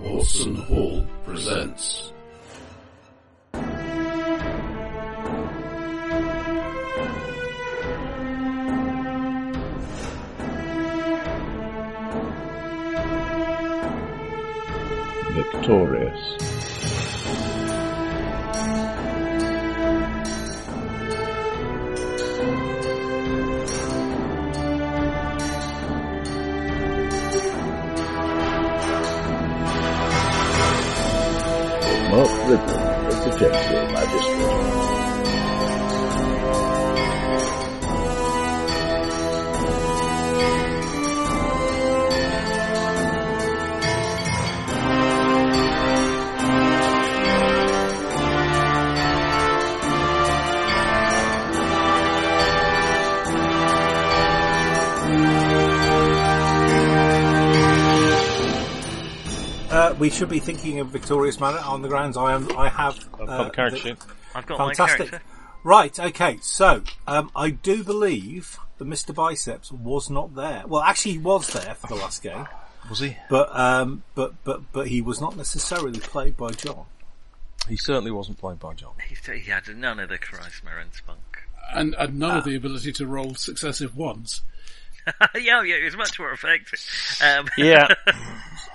Watson Hall presents. victorious. Mark Ridley is the Chancery Magistrate. Uh, we should be thinking of Victorious Manor on the grounds I am. I have. I've uh, got the character the- sheet. I've got my Fantastic. character. Right. Okay. So um, I do believe that Mr. Biceps was not there. Well, actually, he was there for the last game, Was he? but um, but but but he was not necessarily played by John. He certainly wasn't played by John. He, he had none of the charisma and spunk. and, and Ah. none of the ability to roll successive ones. yeah, yeah, it was much more effective. Um, Yeah.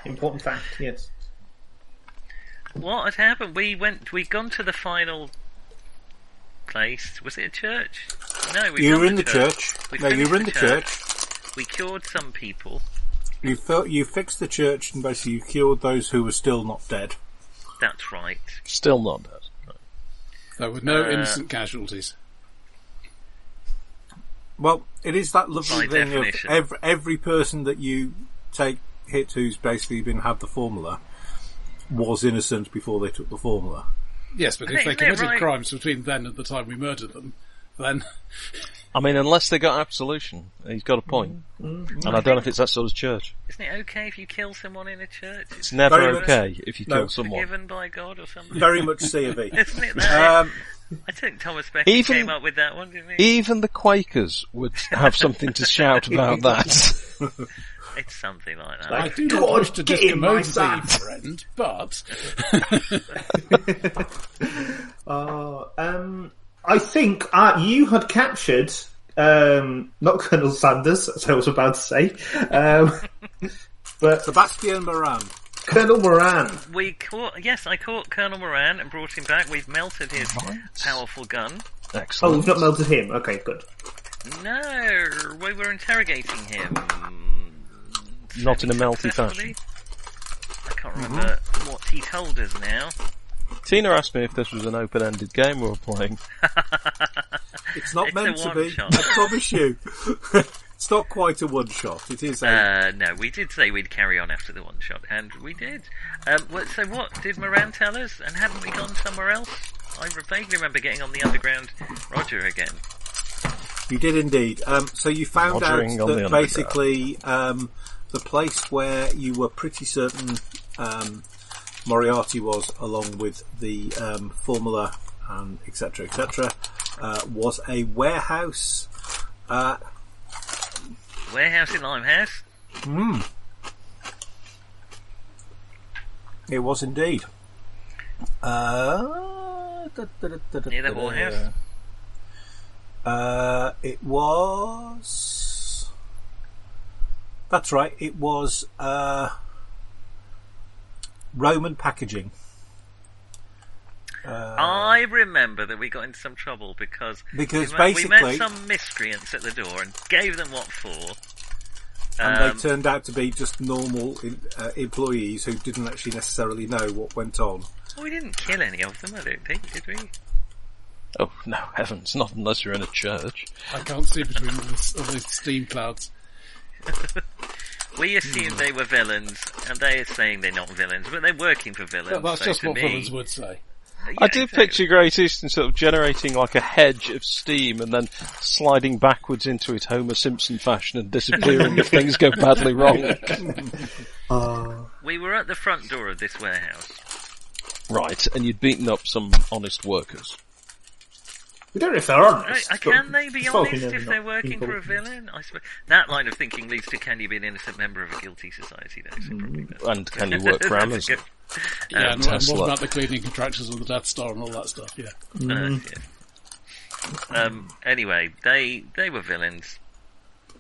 Important fact, yes. What had happened? We went. We'd gone to the final place. Was it a church? No, we you were were in the church. We No, you finished were in the the church. church. We cured some people. You fi- you fixed the church and basically you cured those who were still not dead. That's right. Still not dead. Right. There were no Ah. Uh, innocent casualties. Well, it is that lovely By thing definition. of every, every person that you take hit who's basically been had the formula was innocent before they took the formula. Yes, but I if think they they're committed right. crimes between then and the time we murdered them, then I mean, unless they got absolution, he's got a point. And I don't know if it's that sort of church. Isn't it okay if you kill someone in a church? It's never Very much- okay if you No. kill someone. Given by God or something. Very much C of E. Isn't it that? Um, e- I think Thomas Becky even- came up with that one, didn't he? Even the Quakers would have something to shout about that. It's something like that. I do God, not wish to get in my discommode thee, sand. friend, but Uh, um, I think uh, you had captured, um, not Colonel Sanders, as I was about to say, um, but Sebastian Moran. Colonel Moran. We caught, yes, I caught Colonel Moran and brought him back. We've melted his powerful gun. Oh, we've Excellent. not melted him. Okay, good. No, we were interrogating him. Not in a melty fashion. Successfully. I can't remember what he told us now. Tina asked me if this was an open-ended game we were playing. It's not It's meant a to be. one-shot. I promise you. it's not quite a one shot. It is a. Uh, no, we did say we'd carry on after the one shot, and we did. Um, what, so what did Moran tell us? And haven't we gone somewhere else? I vaguely remember getting on the underground Roger again. you did indeed. Um, so you found Rogering out on the that underground. basically um, the place where you were pretty certain um, Moriarty was, along with the um, formula and etc. etc. Uh, was a warehouse. Uh, Warehouse in Limehouse. it was indeed. Uh, da, da, da, da, da, Near the da, whorehouse. da. Uh, it was. That's right. It was uh, Roman packaging. I remember that we got into some trouble because Because we, met- we basically- met some miscreants at the door and gave them what for. And Um, they turned out to be just normal in, uh, employees who didn't actually necessarily know what went on. we didn't kill any of them, I don't think, did we? Oh, no, heavens, not unless you're in a church. I can't see between all, this, all these steam clouds. We assumed Hmm. they were villains, and they are saying they're not villains, but they're working for villains. But that's so just to what me, villains would say. Yeah, I do exactly. picture Great Eastern sort of generating like a hedge of steam and then sliding backwards into it Homer Simpson fashion and disappearing if things go badly wrong. We were at the front door of this warehouse. Right, and you'd beaten up some honest workers. We don't know if they're honest. Right, uh, but can they be it's probably honest never if not they're working people. for a villain? I suppose that line of thinking leads to can you be an innocent member of a guilty society? Though, so probably not. And can Hmm. you work for That's a Amazon? good- Yeah, and, and Tesla. what about the cleaning contractors of the Death Star and all that stuff? Yeah. Mm. Uh, yeah. Um. Anyway, they they were villains.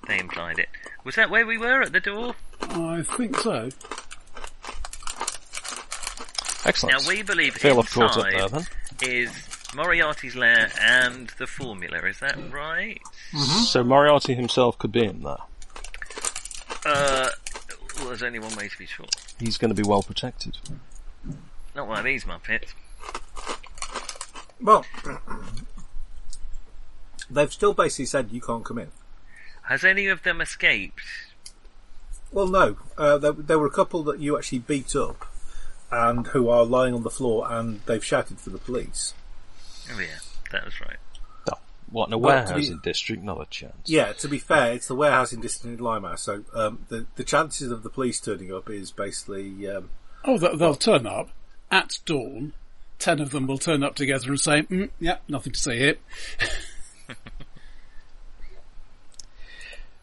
They implied it. Was that where we were at the door? I think so. Excellent. Now we believe Feel I've caught up inside there then. is Moriarty's lair and the formula. Is that right? So Moriarty himself could be in there. Uh, well, there's only one way to be sure. He's going to be well protected. Not one of these muppets. Well, they've still basically said you can't come in. Has any of them escaped? Well, no. Uh, there, there were a couple that you actually beat up and who are lying on the floor and they've shouted for the police. Oh yeah, that was right. No. What in a Well, to warehousing be- district? Not a chance. Yeah, to be fair, it's the warehousing district in Limehouse, so um, the, the chances of the police turning up is basically. Um, Oh, they'll, they'll turn up at dawn. Ten of them will turn up together and say, mm, "Yeah, nothing to say here."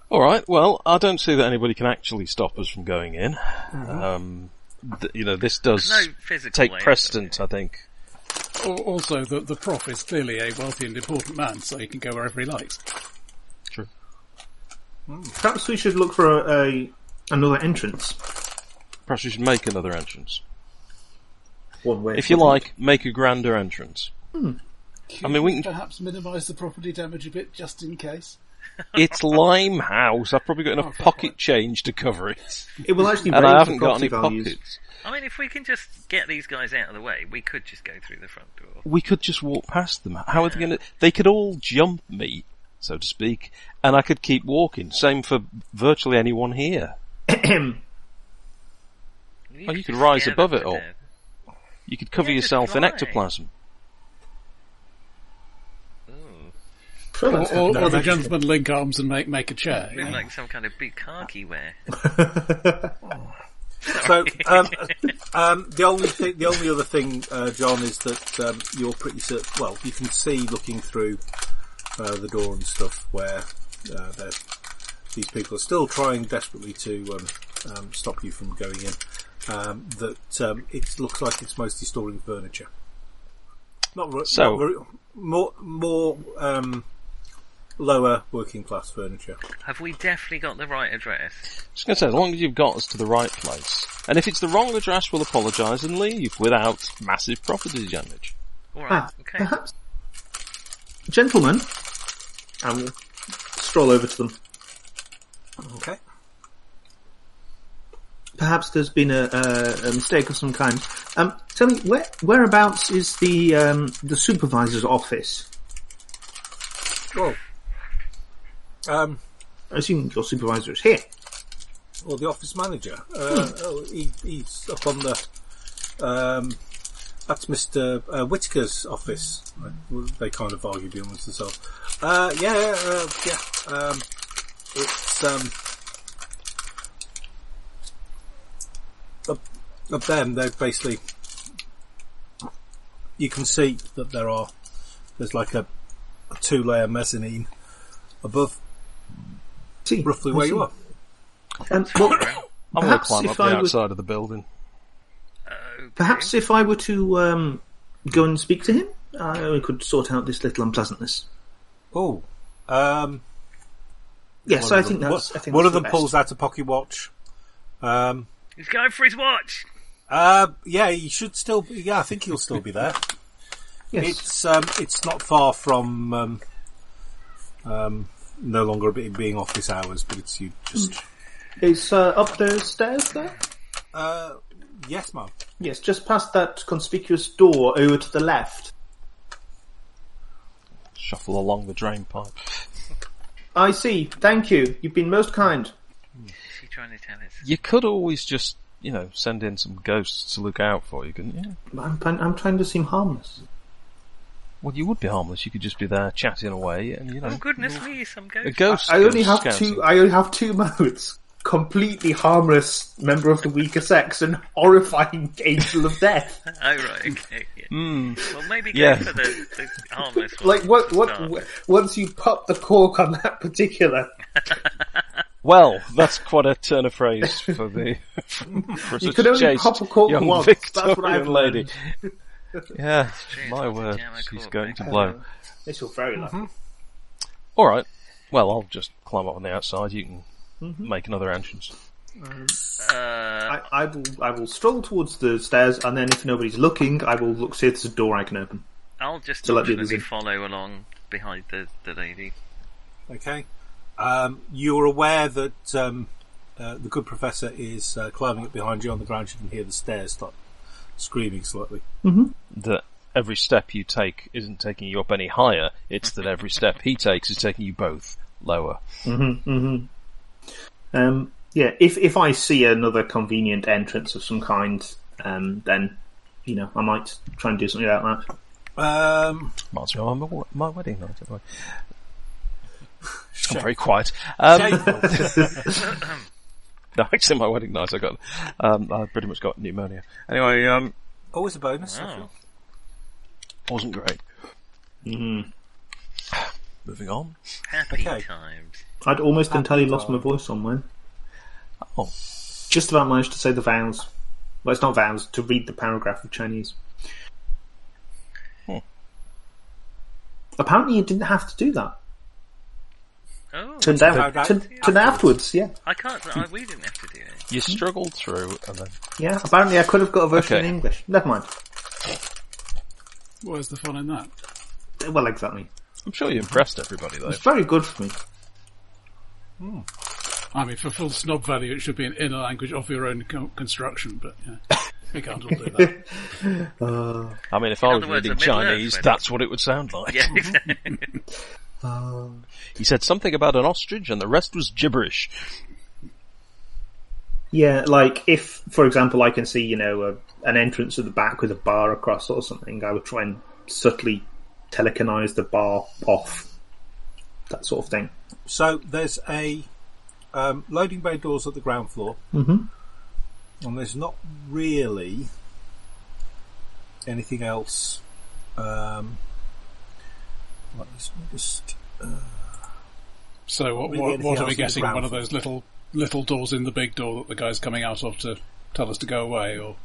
All right. Well, I don't see that anybody can actually stop us from going in. Um, th- you know, this does Mm-hmm. There's no physical take way, is precedent. I think. Al- Also, the, the prof is clearly a wealthy and important man, so he can go wherever he likes. True. Perhaps we should look for a, a another entrance. Perhaps we should make another entrance, One way. if you like. Make a grander entrance. I mean, we can- perhaps minimise the property damage a bit, just in case. It's Limehouse. I've probably got Oh, enough fair pocket change to cover it, It will actually and raise I the haven't got property any values. pockets. I mean, if we can just get these guys out of the way, we could just go through the front door. We could just walk past them. How are they going to? They could all jump me, so to speak, and I could keep walking. Same for virtually anyone here. Oh, you could just rise scare above them it to all. death. You could cover Yeah, just yourself in fly. ectoplasm. Or, or, or the that's- gentleman link arms and make make a chair. you Look know. like some kind of big khaki wear. so um, um, the only thing, the only other thing, uh, John, is that um, you're pretty certain. Well, you can see looking through uh, the door and stuff where uh, they're- these people are still trying desperately to um, um, stop you from going in. Um, that um, it looks like it's mostly storing furniture. Not ru- So- not ru- more more um, lower working class furniture. Have we definitely got the right address? Just gonna say, as long as you've got us to the right place, and if it's the wrong address, we'll apologise and leave without massive property damage. All right. Ah, okay. perhaps. Gentlemen, and we'll stroll over to them. Okay. Perhaps there's been a, a, a mistake of some kind. Um, tell me, where, whereabouts is the um, the supervisor's office? Well. Um, I assume your supervisor is here. or the office manager. Uh, Hmm. oh, he, he's up on the. Um, that's Mr. Uh, Whitaker's office. Like, well, They kind of argued amongst themselves. Uh, yeah, uh, yeah. Um, it's um, up, up there. and They're basically. You can see that there are. There's like a, a two-layer mezzanine above See, roughly I where see. you are. Um, well, I'm gonna Perhaps climb if up the I would- outside of the building. perhaps if I were to um, go and speak to him, I could sort out this little unpleasantness. Oh. Um, Yes, One I of think them- that's. I think one that's of them the best. pulls out a pocket watch. Um, He's going for his watch. uh, yeah, he should still. Be, yeah, I think he'll still be there. Yes. It's um, it's not far from um, um, no longer it being office hours, but it's you Mm. just. It's uh, up those stairs there. Uh, yes, ma'am. Yes, just past that conspicuous door over to the left. Shuffle along the drain pipe. I see. Thank you. You've been most kind. Is he trying to tell us? You could always just, you know, send in some ghosts to look out for you, couldn't you? I'm, I'm trying to seem harmless. Well, you would be harmless. You could just be there chatting away, and you know, Oh goodness me, some a ghost. ghost. I only goes have scouting. two. I only have two modes: completely harmless member of the weaker sex and horrifying angel of death. Oh right, okay. Yeah. Well, maybe go Yeah. for the, the harmless one. Like what? What? Start. w- once you pop the cork on that particular, Well, that's quite a turn of phrase for the for You such could a only chaste pop a cork young once, that's what Victorian I've lady. learned. yeah, true, my it's a word, jam of she's cork, going mate. to blow. this will very lucky. All right. Well, I'll just climb up on the outside. You can Mm-hmm. make another entrance. Uh, I, I will. I will stroll towards the stairs, and then if nobody's looking, I will look see if there's a door I can open. I'll just So let the others definitely in. follow along behind the, the lady. Okay. Um, you're aware that um, uh, the good professor is uh, climbing up behind you on the ground. You can hear the stairs start screaming slightly. That every step you take isn't taking you up any higher. It's that every step he takes is taking you both lower. Um, yeah, if if I see another convenient entrance of some kind, um, then you know I might try and do something about that. Um, Might as well remember what- my wedding night. haven't I? I'm Shame. very quiet. Um, Shameful. no, actually, my wedding night I got. Um, I pretty much got pneumonia. Anyway, um, Always a bonus. I Oh. feel. wasn't great. Mm-hmm. Moving on. Happy Okay. times. I'd almost entirely lost my voice on when. Oh. Just about managed to say the vows. Well, it's not vows to read the paragraph of Chinese. Hmm. Apparently, you didn't have to do that. Oh, Turned Vowed out, out turned, afterwards. turned out afterwards. Yeah, I can't. I, we didn't have to do it. You struggled through, and then yeah. Apparently, I could have got a version Okay. in English. Never mind. Where's the fun in that? Well, exactly. I'm sure you impressed everybody though. It's very good for me. I mean, for full snob value, it should be an inner language of your own co- construction, but yeah, we can't all do that. I mean, if In I was reading other words, a Middle Earth Chinese, wedding. that's what it would sound like. Yeah, Mm-hmm. exactly. He said something about an ostrich, and the rest was gibberish. Yeah, like if, for example, I can see you know a, an entrance at the back with a bar across or something, I would try and subtly telekinise the bar off, that sort of thing. So there's a um, loading bay doors at the ground floor, mm-hmm. and there's not really anything else. Um, let me just So what, Really what, anything what are else we in the getting? ground One of floor? those little little doors in the big door that the guy's coming out of to tell us to go away, or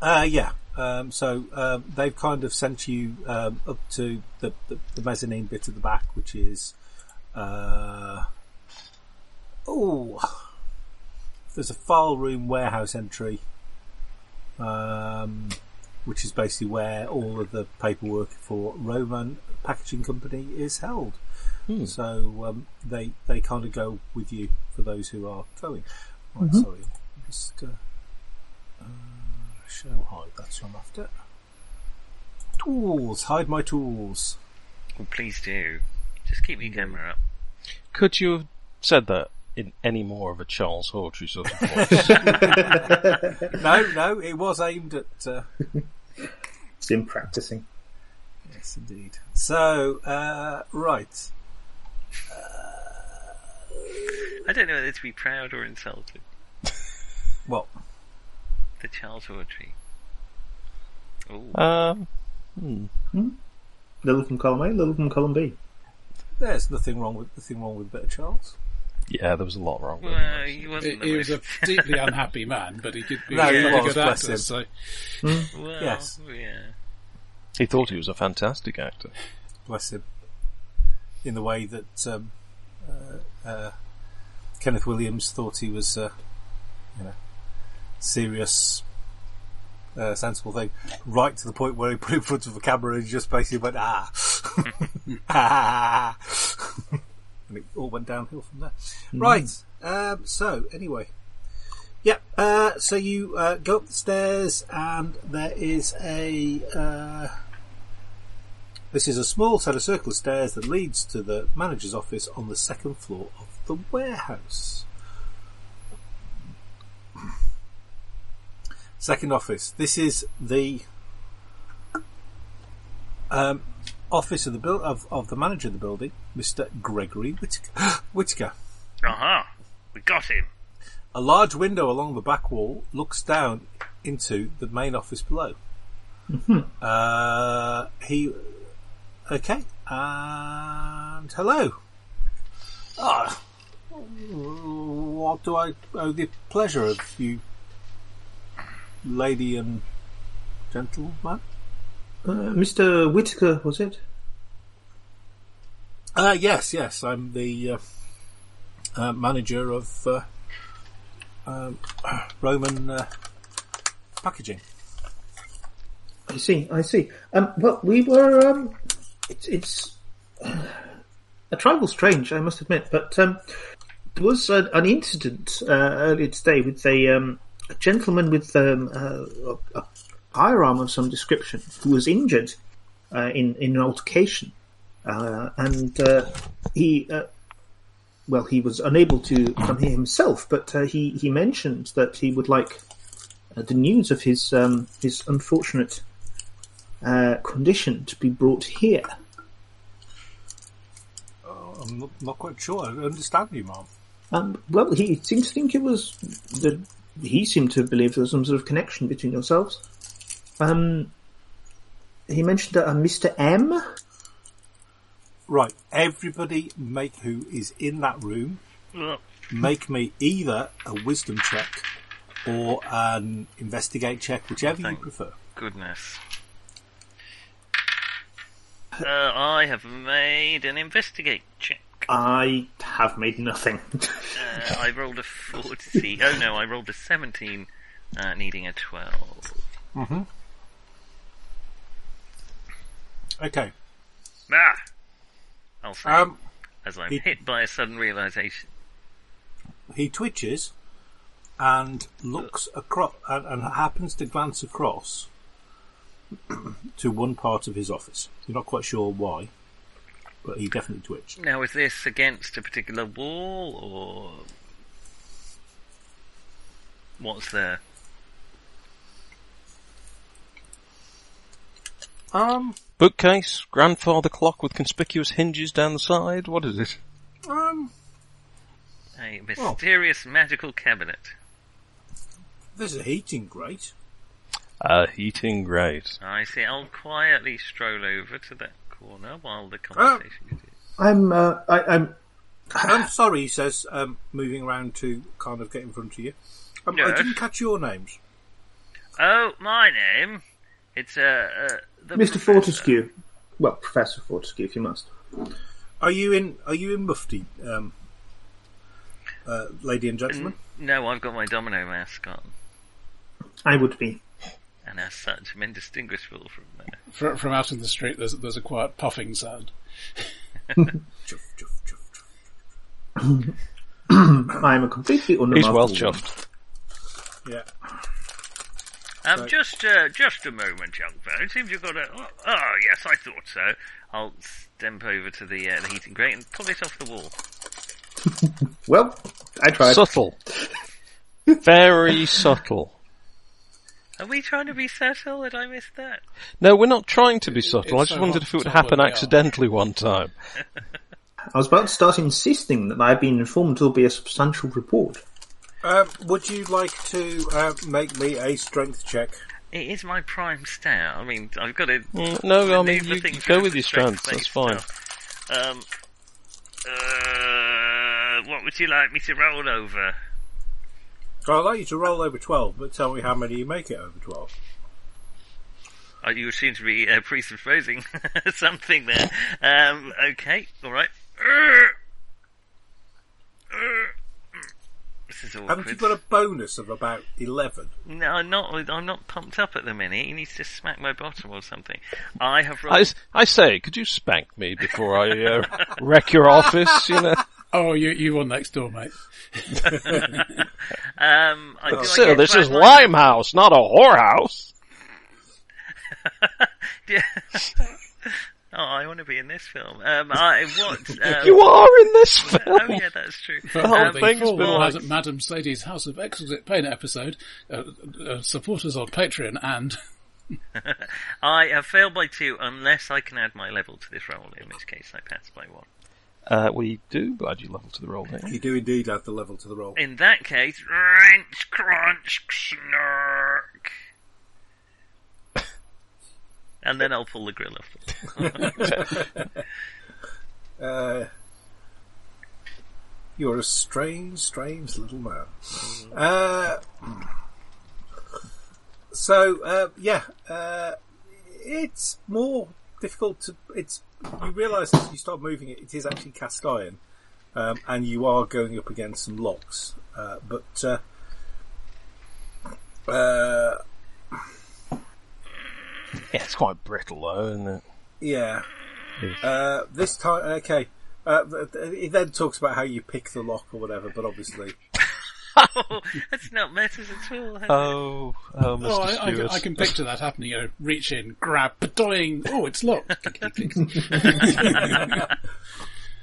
Uh, yeah. Um, so um, they've kind of sent you um, up to the, the, the mezzanine bit at the back, which is uh, oh, there's a file room warehouse entry, um, which is basically where all of the paperwork for Roman Packaging Company is held. So um, they they kind of go with you for those who are going. Right, sorry, just. Uh, Show hide, that's what I'm after. Tools, hide my tools. Well, please do. Just keep your camera up. Could you have said that in any more of a Charles Hawtrey sort of voice? No, no, it was aimed at. Uh, It's in practicing. yes, indeed. So, uh, right. I don't know whether to be proud or insulted. Well, The Charles Audrey. Oh, um, Little from column A, little from column B. there's nothing wrong with nothing wrong with a bit of Charles. yeah, there was a lot wrong. with well, it. he wasn't he, the he was a most- deeply unhappy man, but he did he No, was a he really was, good bless actor. him. So well, yes. yeah. He thought he was a fantastic actor. Bless him. In the way that um, uh, uh, Kenneth Williams thought he was, uh, you know, serious, uh, sensible thing, right to the point where he put it in front of the camera and just basically went ah, ah, and it all went downhill from there. Right. Um, so anyway. Yeah, uh, so you uh, go up the stairs, and there is a uh, this is a small set of circular stairs that leads to the manager's office on the second floor of the warehouse. Second office. This is the um, office of the build of, of the manager of the building, Mister Gregory Whitaker. Whitaker. Aha! Uh-huh. We got him. A large window along the back wall looks down into the main office below. Uh, he, okay, and hello. Ah, what do I owe the pleasure of you, lady and gentleman? Uh, Mr. Whitaker, was it? Uh, yes, yes, I'm the uh, uh, manager of uh, um, Roman uh, packaging. I see, I see. Um, well, we were. Um, it's it's a trifle strange, I must admit, but um, there was an, an incident uh, earlier today with a, um, a gentleman with um, uh, a, a firearm of some description who was injured uh, in in an altercation, uh, and uh, he. Uh, well, he was unable to come here himself, but uh, he, he mentioned that he would like uh, the news of his um, his unfortunate uh, condition to be brought here. I'm not, not quite sure. I understand you, ma'am. Um, well, he seemed to think it was the he seemed to believe there was some sort of connection between yourselves. Um, he mentioned that a Mister M. Right, everybody make who is in that room Ugh. make me either a wisdom check or an investigate check, whichever you prefer. Goodness. Uh, I have made an investigate check. I have made nothing. Uh, I rolled a 40. Oh no, I rolled a 17, uh, needing a 12. Okay. Ah! I'll say, Um, as I'm he- hit by a sudden realization. he twitches and looks across and, and happens to glance across to one part of his office. You're not quite sure why, but he definitely twitched. Now, is this against a particular wall, or. What's there? Um, Bookcase, grandfather clock with conspicuous hinges down the side. What is it? um, A mysterious magical cabinet. there's a heating grate. A heating grate. I see. I'll quietly stroll over to that corner while the conversation continues. I'm uh, I, I'm I'm sorry, he says, um, moving around to kind of get in front of you. Um, I Yes. didn't catch your names. Oh, my name. It's, uh, uh the Mister professor. Fortescue. Well, Professor Fortescue, if you must. Are you in? Are you in Mufti, um, uh, lady and gentlemen? N- No, I've got my domino mask on, I would be. and as such, I'm indistinguishable from there. Fr from out in the street, there's, there's a quiet puffing sound. Chuff, chuff, chuff, chuff. I am a completely He's well unremarkable. chuffed. Yeah. Um, just, uh, just a moment, young fellow. It seems you've got a. Oh, oh, yes, I thought so. I'll stamp over to the uh, the heating grate and pull it off the wall. Well, I tried. Subtle. Very subtle. Are we trying to be subtle? Did I miss that? No, we're not trying to be subtle. I it's just so hard wondered if to it would tell happen when we are. accidentally one time. I was about to start insisting that I have been informed there will be a substantial report. Um, would you like to uh, make me a strength check? It is my prime stat. I mean, I've got to. Mm, no, I mean, maneuver you things go around with the your strength strength, that's based fine. stuff. Um, uh, what would you like me to roll over? I'd like you to roll over 12, but tell me how many you make it over 12. Oh, you seem to be uh, presupposing something there. Um, okay, all right. This is Haven't you awkward. got a bonus of about 11? No, I'm not. I'm not pumped up at the minute. He needs to smack my bottom or something. I have I, rolled. s- I say, could you spank me before I uh, wreck your office? You know, Oh, you you one next door, mate. Um, I, do I Oh, sir, get this plus is one- Limehouse, not a whorehouse. Yeah. oh, I want to be in this film. Um, I what? Um, You are in this film. Oh yeah, that's true. Um, But Oh, the things full been Wall like- Has at Madam Sadie's House of Exquisite Pain episode. Uh, uh, supporters on Patreon and I have failed by two unless I can add my level to this roll, in which case I pass by one. Uh, we do. Glad you leveled to the roll, didn't you? You do indeed add the level to the roll. In that case, wrench, crunch, snark. And then I'll pull the grill off. Uh, you're a strange, strange little man. Uh, so uh, yeah, uh, it's more difficult to. It's you realise as you start moving it, it is actually cast iron, um, and you are going up against some locks. Uh, but uh, uh, Yeah, it's quite brittle, though, isn't it? Yeah. Uh, this time, okay. Uh, th- th- it then talks about how you pick the lock or whatever, but obviously, Oh, that's not matters at all. has it? Oh, oh, Mr. Oh, I, I, can- Stewart. I can picture that happening. You know, reach in, grab, doing. Oh, it's locked.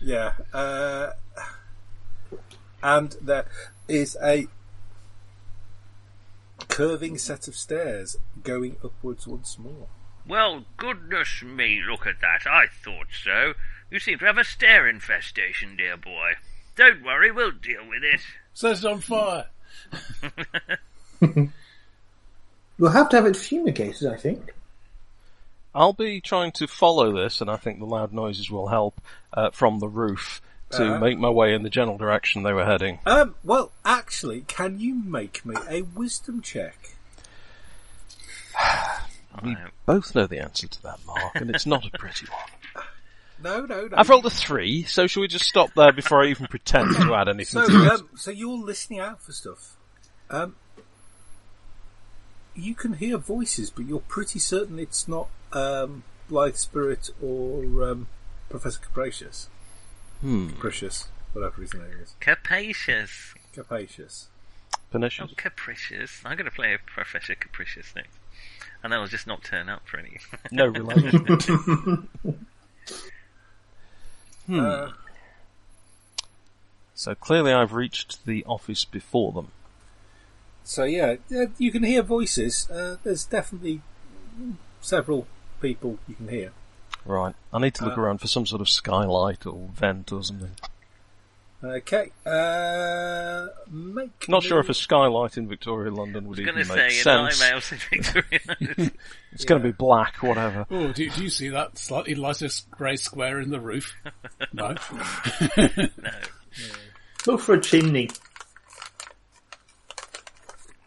yeah. Uh, and there is a curving set of stairs going upwards once more. Well, goodness me, look at that. I thought so. You seem to have a stair infestation, dear boy. Don't worry, we'll deal with it. Set it on fire. We'll have to have it fumigated, I think. I'll be trying to follow this, and I think the loud noises will help uh, from the roof to Uh-huh. make my way in the general direction they were heading. Um, well, actually, can you make me a wisdom check? We both know the answer to that, Mark, and it's not a pretty one. No, no, no. I've rolled a three, so shall we just stop there before I even pretend to add anything So, to it? um, so you're listening out for stuff. Um, you can hear voices, but you're pretty certain it's not um, Blythe Spirit or um, Professor Capricious. Capricious, whatever his name is. Capacious. Capacious. Oh, Pernicious. capricious. I'm going to play a Professor Capricious next. And I'll just not turn up for any. No relation. Uh, so clearly I've reached the office before them. so yeah, uh, you can hear voices. Uh, there's definitely several people you can hear. Right. I need to look Uh-huh. Uh, around for some sort of skylight or vent or something. Okay. Uh, make Not sure me- if a skylight in Victoria London would going even to make say a sense. limehouse in Victoria. It's going to be black, whatever. Oh, do, do you see that slightly lighter grey square in the roof? No. Look for a chimney.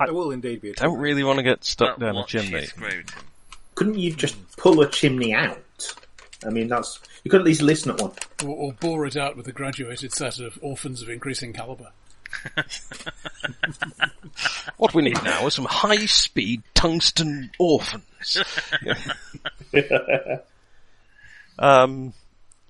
There will indeed be a Don't really want to get stuck But down a watch your chimney. scrotum. Couldn't you just pull a chimney out? I mean, that's you could at least listen at one. Or, or bore it out with a graduated set of orphans of increasing calibre. What we need now are some high-speed tungsten orphans. um,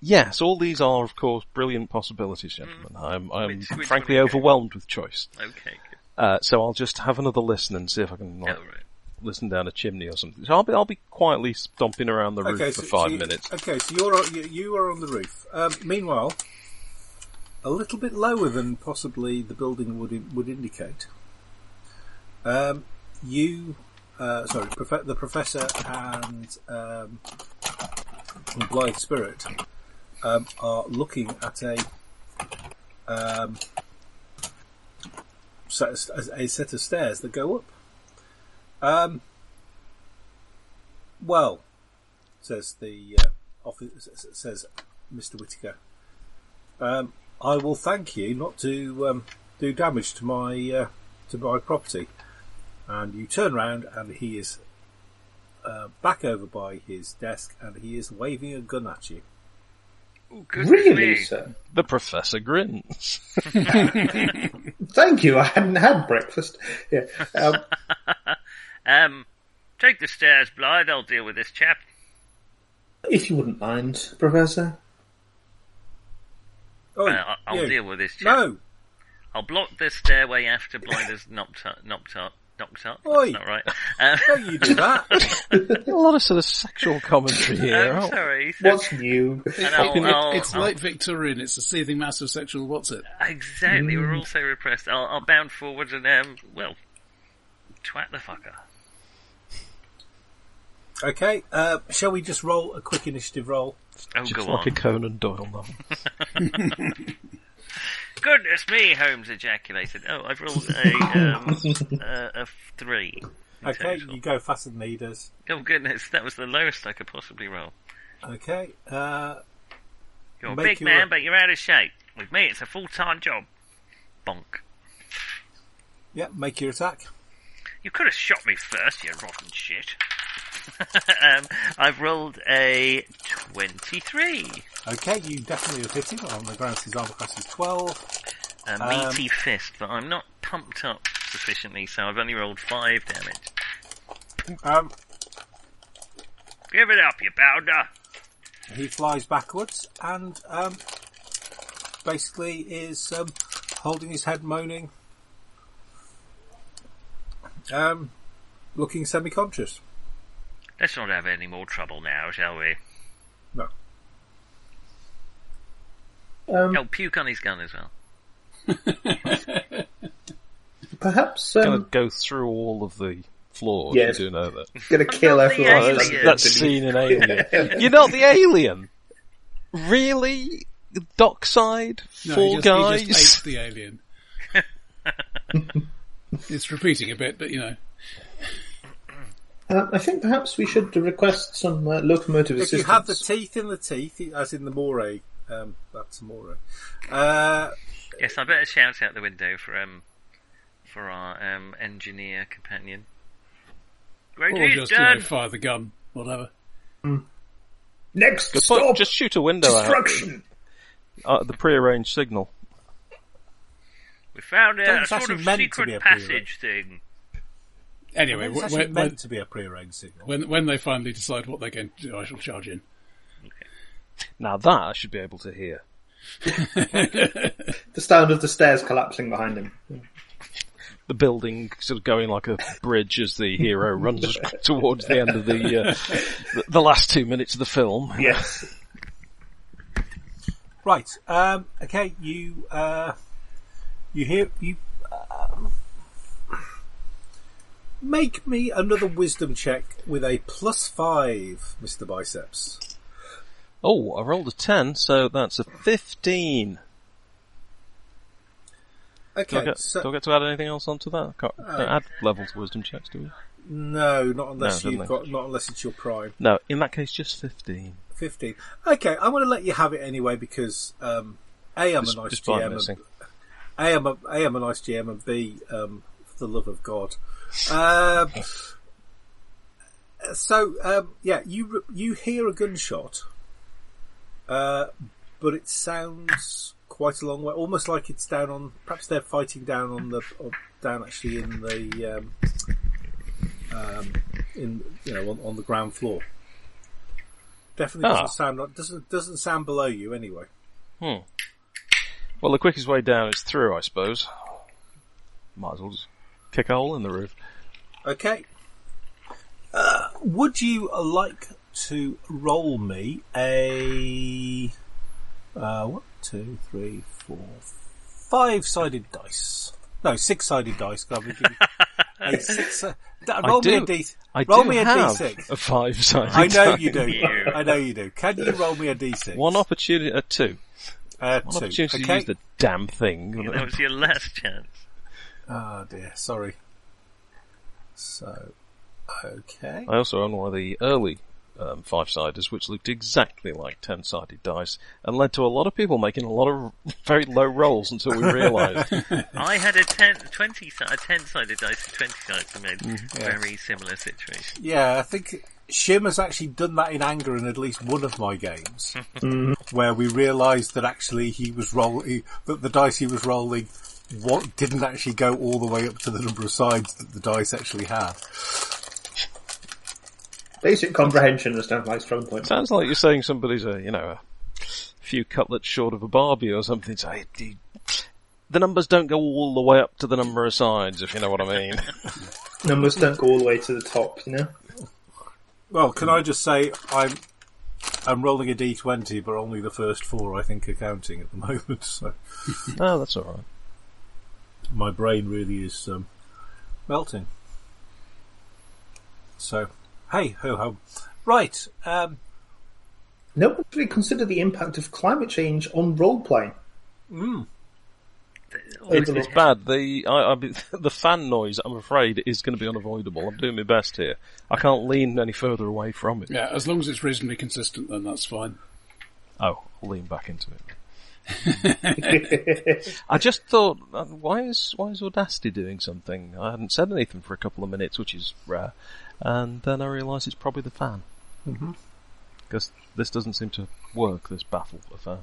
yes, all these are, of course, brilliant possibilities, gentlemen. I'm, I'm Mm. Which- which frankly one are you overwhelmed with choice. Okay. good. Uh, so I'll just have another listen and see if I can like, All right. listen down a chimney or something. So I'll be, I'll be quietly stomping around the roof Okay, so- for so five you- minutes. Okay, so you're on, you, you are on the roof. Um, meanwhile, a little bit lower than possibly the building would in- would indicate. Um, you, uh, sorry, prof- the professor and um, Blythe Spirit um, are looking at a. Um, set of st- a set of stairs that go up. Um, well, says the uh, office, says Mr. Whittaker. Um, I will thank you not to um, do damage to my uh, to my property. And you turn round, and he is uh, back over by his desk, and he is waving a gun at you. Ooh, goodness really, me. sir? The professor grins. Thank you. I hadn't had breakfast. Yeah. Um, Um, take the stairs, Blythe. I'll deal with this chap. if you wouldn't mind, Professor. Oh, Uh, I- I'll you. deal with this chap. No, I'll block the stairway after Blythe has knocked up. Knocked up. Knocked up. Oi. That's not right. Um, don't you do that. a lot of sort of sexual commentary here. Oh, I'm aren't we? sorry. So, What's new? and I'll- It- I'll- it's I'll- late Victorian. It's a seething mass of sexual what's it? Exactly. We're all so repressed. I'll, I'll bound forward and um, well, twat the fucker. okay, uh, shall we just roll a quick initiative roll? Oh, Just go like on. a Conan Doyle novel. Goodness me, Holmes ejaculated. Oh, I've rolled a, um, uh, a f- three. in Okay, total. you go faster than he does. Oh, goodness, that was the lowest I could possibly roll. Okay, uh, You're a Make big you man, a- but you're out of shape. With me, it's a full time job. Bonk. yeah, make your attack. You could have shot me first, you rotten shit. um, I've rolled a 23. Okay, you definitely have hit him on the grounds his armor class is 12. A Um, meaty fist, but I'm not pumped up sufficiently, so I've only rolled 5 damage. Um, Give it up, you bounder! he flies backwards and um, basically is um, holding his head, moaning, um, looking semi-conscious. Let's not have any more trouble now, shall we? No. Um, Oh, puke on his gun as well. perhaps Gonna um, go through all of the floors. Yes. You do know that. gonna kill Not the everyone. alien. That's, Alien. that's seen in Alien. You're not the alien, really. Dockside, No, four he just, guys. He just ate the alien. it's repeating a bit, but you know. Uh, I think perhaps we should request some uh, locomotive If you assistance. have the teeth in the teeth, as in the moray, um, that's a moray. Uh, Yes, I better shout out the window for um for our um engineer companion. Great Or he's just, you know, done. fire the gun, whatever. Next Good point. stop, Just shoot a window out. destruction. Uh, the prearranged signal. We found a Don't sort actually of meant to be a secret period. passage thing. Anyway, it's when, actually when, meant when, to be a prearranged signal. when, when they finally decide what they're going to do, I shall charge in. Now that I should be able to hear. The sound of the stairs collapsing behind him. The building sort of going like a bridge as the hero runs towards the end of the uh, the- the last two minutes of the film. Yes. Right. Um, okay. You uh, you hear you um, make me another wisdom check with a plus five, Mister Biceps. Oh, I rolled a ten, so that's a fifteen. Do, Okay. I, get, do I So Uh, get to add anything else onto that? I can't, don't add level to wisdom checks, do we? no, not unless No, you've doesn't got not unless it's your prime No, in that case, just fifteen. fifteen. Okay, I'm going to let you have it anyway because um, a I'm Just, a nice just by GM. And, missing. a I'm a a I'm a nice GM and b um, for the love of God. Um, so um, yeah, you you hear a gunshot, uh, but it sounds quite a long way, almost like it's down on. Perhaps they're fighting down on the or down actually in the um, um, in you know on, on the ground floor. Definitely Ah. doesn't sound like- doesn't doesn't sound below you anyway. Well, the quickest way down is through, I suppose. Might as well just kick a hole in the roof. Okay. Uh, would you like to roll me a uh, one, two, three, four, five-sided dice? No, six-sided dice. 'cause I've been given a six, uh, d- roll me do- a d. I roll do me a have d6. a five-sided. I know die. you do. You. I know you do. Can you roll me a d6? One opportunity, uh, two. uh, One two. opportunity to okay. use the damn thing. That was your last chance. Oh dear, sorry. So, okay. I also own one of the early um, five siders, which looked exactly like ten sided dice, and led to a lot of people making a lot of very low rolls until we realised. I had a 10, 20, si- a 10 sided dice and 20 sides and made Mm-hmm, very similar situation. Yeah, I think Shim has actually done that in anger in at least one of my games, where we realised that actually he was rolling that the dice he was rolling what didn't actually go all the way up to the number of sides that the dice actually had. Basic comprehension is down my strong point. Sounds like you're saying somebody's a you know a few cutlets short of a barbie or something. So it- it- the numbers don't go all the way up to the number of sides, if you know what I mean. Numbers don't go all the way to the top, you know? Well, can I just say I'm I'm rolling a d20, but only the first four I think are counting at the moment. So oh, that's all right. my brain really is um, melting. So hey ho ho, right. Um, no one's really considered the impact of climate change on role playing. It's, it's bad. The I, I, the fan noise, I'm afraid, is going to be unavoidable. I'm doing my best here. I can't lean any further away from it. Yeah, as long as it's reasonably consistent, then that's fine. Oh, I'll lean back into it. I just thought, uh, why is why is Audacity doing something? I hadn't said anything for a couple of minutes, which is rare, and then I realised it's probably the fan Mm-hmm. because this doesn't seem to work. This baffle affair.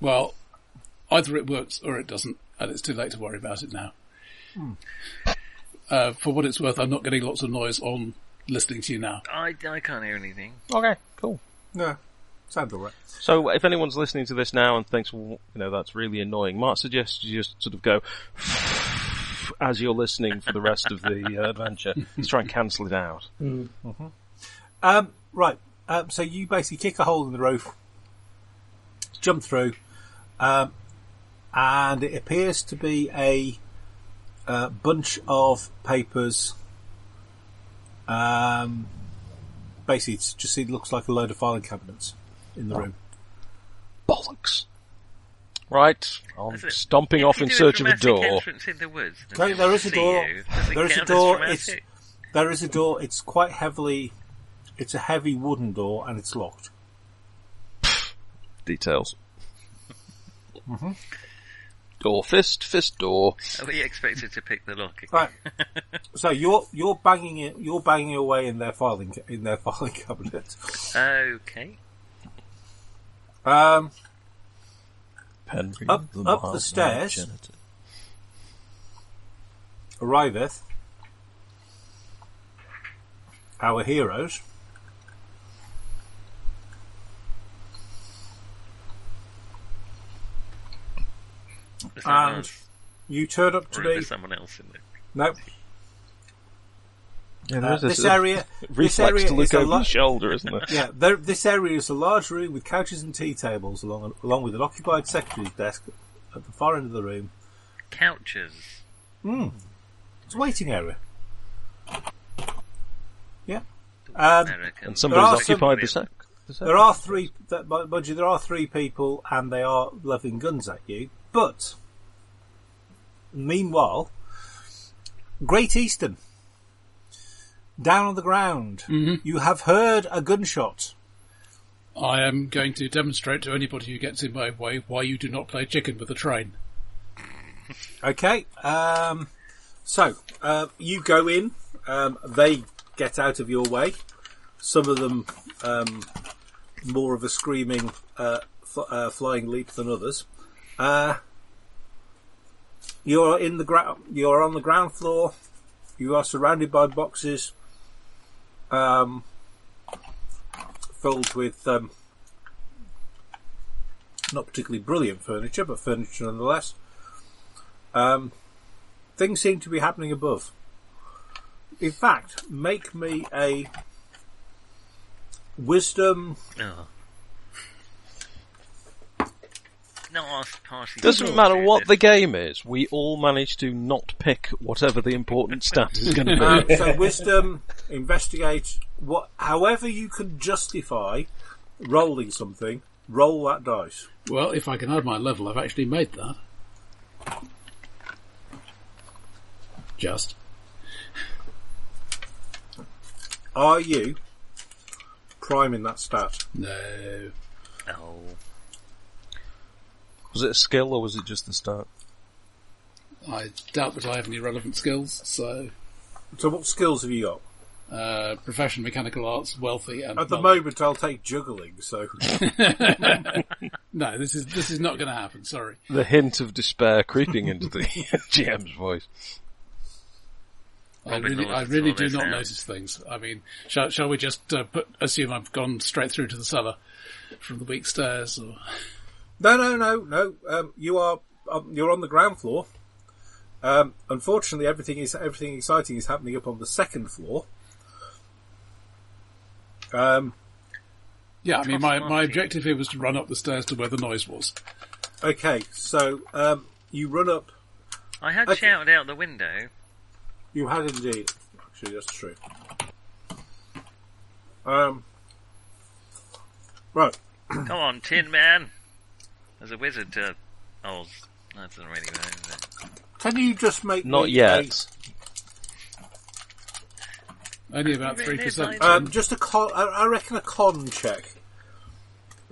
Well, either it works or it doesn't, and it's too late to worry about it now. Uh, for what it's worth, I'm not getting lots of noise on listening to you now. I, I can't hear anything. Okay, cool. No, sounds alright. So if anyone's listening to this now and thinks, well, you know, that's really annoying, might suggest you just sort of go as you're listening for the rest of the uh, adventure. Let's try and cancel it out. Um, right. Um, so you basically kick a hole in the roof, jump through, um, and it appears to be a uh, bunch of papers. Um, basically, it's just it looks like a load of filing cabinets in the room. Bollocks. Right, I'm That's it. stomping If off you in do a search of a dramatic door. entrance in the woods, and No, they there is a see door. you, does it There is a count as door. dramatic? It's there is a door. It's quite heavily. It's a heavy wooden door and it's locked. Details. Mm-hmm. Door, fist, fist, door. We expected to pick the lock. Right. so you're you're banging it. You're banging your way in their filing ca- in their filing cabinet. Okay. Um, Pen Up- the up the mild stairs. arriveth our heroes. There's no And one- you turn up to or be is there someone else in there? no. Yeah, Uh, this area, reflex this area to look is a over lo- the shoulder, isn't there? Yeah, there, this area is a large room with couches and tea tables, along along with an occupied secretary's desk at the far end of the room. Couches. It's a waiting area. Yeah. Um, I reckon. And somebody's There are some- occupied the sec. the sec- There are three, that, Budgie, there are three people and they are loving guns at you. But, meanwhile, Great Eastern, down on the ground, you have heard a gunshot. I am going to demonstrate to anybody who gets in my way why you do not play chicken with a train. Okay, um, so, uh, you go in, um, they get out of your way. Some of them, um, more of a screaming, uh, fl- uh, flying leap than others. Uh, you're in the ground, you're on the ground floor, you are surrounded by boxes, um, filled with, um, not particularly brilliant furniture, but furniture nonetheless. Um, things seem to be happening above. In fact, make me a wisdom. Oh. Last party. Doesn't thought matter here, what this- the game is, we all manage to not pick whatever the important stat is going to Um, be. so wisdom, investigate what, however you can justify rolling something. Roll that dice. Well, if I can add my level, I've actually made that. Just. Are you priming that stat? No. Oh. Was it a skill or was it just the start? I doubt that I have any relevant skills, so So what skills have you got? uh, profession, mechanical arts, wealthy, and At the knowledge. moment, I'll take juggling. So no, this is this is not going to happen. Sorry. The hint of despair creeping into the GM's voice. I Robin really, I Lawrence really all do this not now. notice things. I mean, shall, shall we just uh, put, assume I've gone straight through to the cellar from the weak stairs? Or No, no, no, no. Um, you are um, you're on the ground floor. Um, unfortunately, everything is everything exciting is happening up on the second floor. Um, yeah, I mean, my, my Marty. objective here was to run up the stairs to where the noise was. okay, so um, you run up. I had Okay. shouted out the window. You had indeed. Actually, that's true. Um, Right. Come on, Tin Man. There's a wizard uh, to Oz. That's not really good, is it? Can you just make Not me yet. Only about three percent. a- um, just a con. I, I reckon a con check,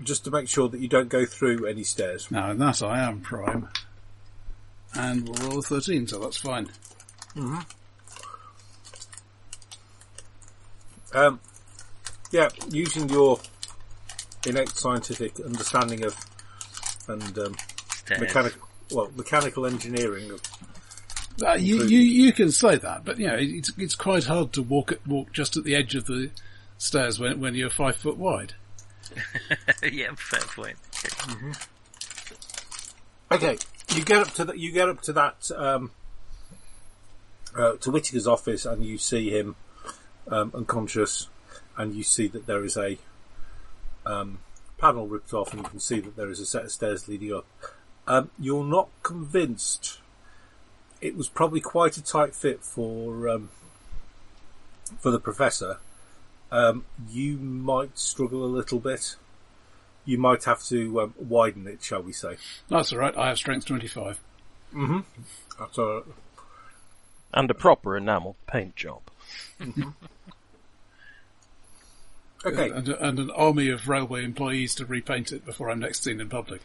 just to make sure that you don't go through any stairs. No, and that I am prime. And we'll roll a thirteen, so that's fine. Um, yeah, using your innate scientific understanding of and um, Stairs. mechanical, well, mechanical engineering of Uh, you, you you can say that, but you know it's it's quite hard to walk at, walk just at the edge of the stairs when when you're five foot wide. yeah, fair point. Okay, you get up to that. You get up to that um, uh, to Whittaker's office, and you see him um, unconscious, and you see that there is a um, panel ripped off, and you can see that there is a set of stairs leading up. Um, you're not convinced. It was probably quite a tight fit for um, for the professor. Um, you might struggle a little bit. You might have to um, widen it, shall we say? That's all right. I have strength twenty five. That's all right. And a proper enamel paint job. Okay. And, and an army of railway employees to repaint it before I'm next seen in public.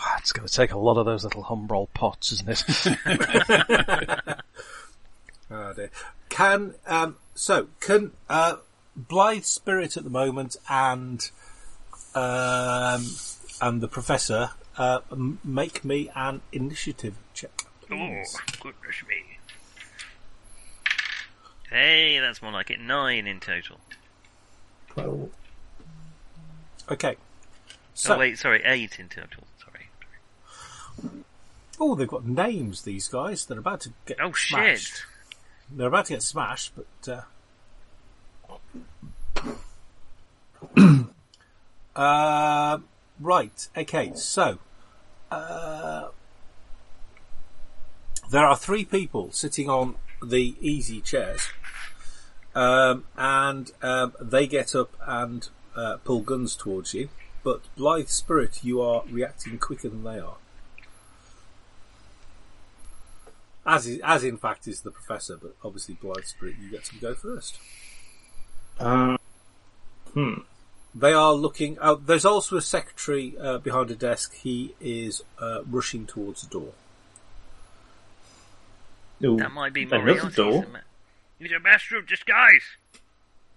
Ah, It's going to take a lot of those little humbrol pots, isn't it? Oh, dear. Can um, so can uh, Blythe Spirit at the moment and um, and the Professor uh, m- make me an initiative check. Oh, goodness me. Hey, that's more like it. Nine in total. Oh, Twelve. Okay. So oh, wait, sorry, eight in total. Sorry. oh, they've got names. These guys. They're about to get Oh, shit. smashed. They're about to get smashed, but. Uh, Uh, right, okay, so. Uh, there are three people sitting on the easy chairs. Um, and um, they get up and uh, pull guns towards you. But Blythe Spirit, you are reacting quicker than they are. As is, as in fact is the professor, but obviously Blythe Spirit, you get to go first. Uh, They are looking. Oh, there's also a secretary uh, behind a desk. He is uh, rushing towards the door. ooh, That might be another Moriarty's. door. ma- He's a master of disguise.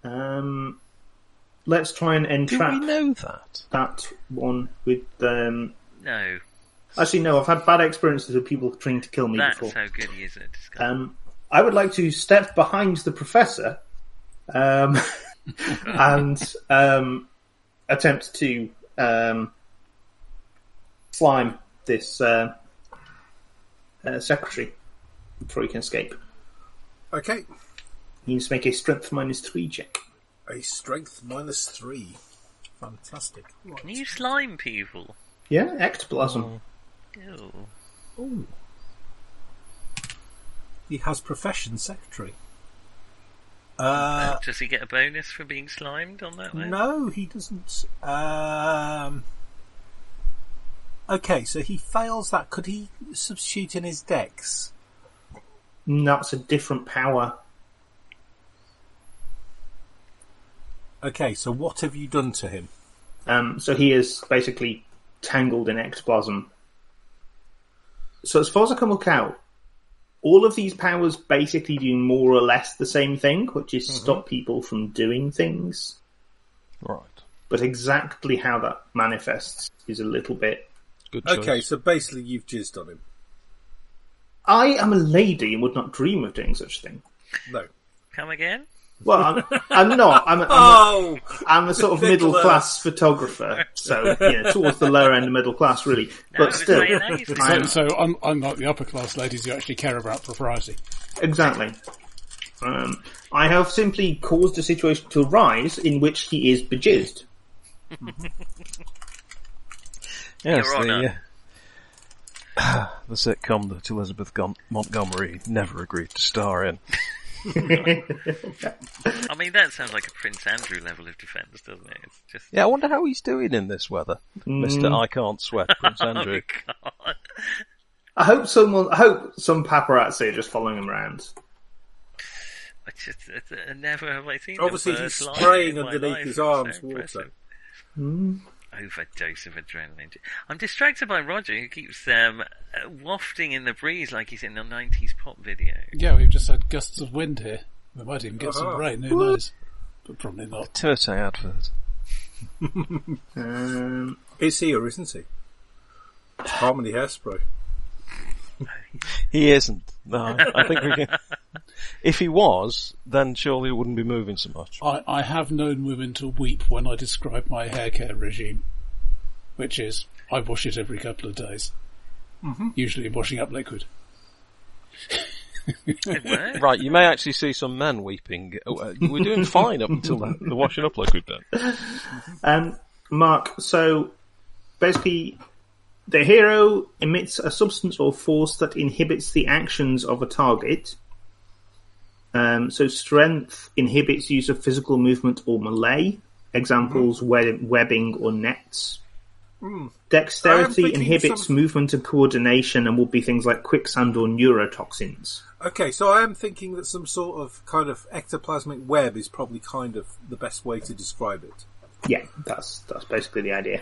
Um, let's try and Do entrap we know that? that one with. Um, No, actually, no. I've had bad experiences with people trying to kill me that's before. how good he is at disguise. Um, I would like to step behind the professor um, and um, attempt to um, slime this uh, uh, secretary before he can escape. Okay, He needs to make a strength minus three check. a strength minus three. Fantastic. Right. New slime people. Yeah, ectoplasm. Ew. Ooh. He has profession secretary. Uh, Does he get a bonus for being slimed on that one? no, he doesn't. Um, okay, so he fails that. Could he substitute in his decks? That's a different power. Okay, so what have you done to him? Um, so he is basically tangled in ectoplasm. So as far as I can look out, all of these powers basically do more or less the same thing, which is stop people from doing things. Right. But exactly how that manifests is a little bit. Good choice. Okay, so basically you've jizzed on him. I am a lady and would not dream of doing such a thing. No. Come again? Well, I'm, I'm not. I'm, a- I'm, a, Oh, I'm a sort of Middle middle class photographer, so you know, towards the lower end of middle class, really. No, But it's still, mayonnaise. I'm- So, so un- unlike the upper class ladies, you actually care about propriety. Exactly. Um, I have simply caused a situation to arise in which he is bejizzed. yes, Your the, Honour. uh, the sitcom that Elizabeth Gon- Montgomery never agreed to star in. I mean, that sounds like a Prince Andrew level of defence, doesn't it? It's just Yeah, I wonder how he's doing in this weather, Mister. I can't sweat, Prince Andrew. Oh, God. I hope someone, I hope some paparazzi are just following him around. I just it's, uh, never have I seen. a Obviously, bird he's live spraying in my underneath life. his It's so arms water. impressive. Overdose of adrenaline. I'm distracted by Roger, who keeps um, uh, wafting in the breeze like he's in a '90s pop video. Yeah, we've just had gusts of wind here. We might even get some Uh-huh. rain, who knows? But probably not. Turte advert. Um, Is he or isn't he? It's Harmony hairspray. He isn't. No, I I think we can. If he was, then surely it wouldn't be moving so much. I, I have known women to weep when I describe my hair care regime, which is I wash it every couple of days, usually washing up liquid. It worked. Right, you may actually see some men weeping. Oh, uh, You were doing fine up until that, the washing up like we've done. um, Mark, so basically, the hero emits a substance or force that inhibits the actions of a target. Um, so strength inhibits use of physical movement or melee. Hmm. Examples: web- webbing or nets. I am Dexterity Hmm. thinking inhibits some- movement and coordination, and will be things like quicksand or neurotoxins. Okay, so I am thinking that some sort of kind of ectoplasmic web is probably kind of the best way to describe it. Yeah, that's that's basically the idea.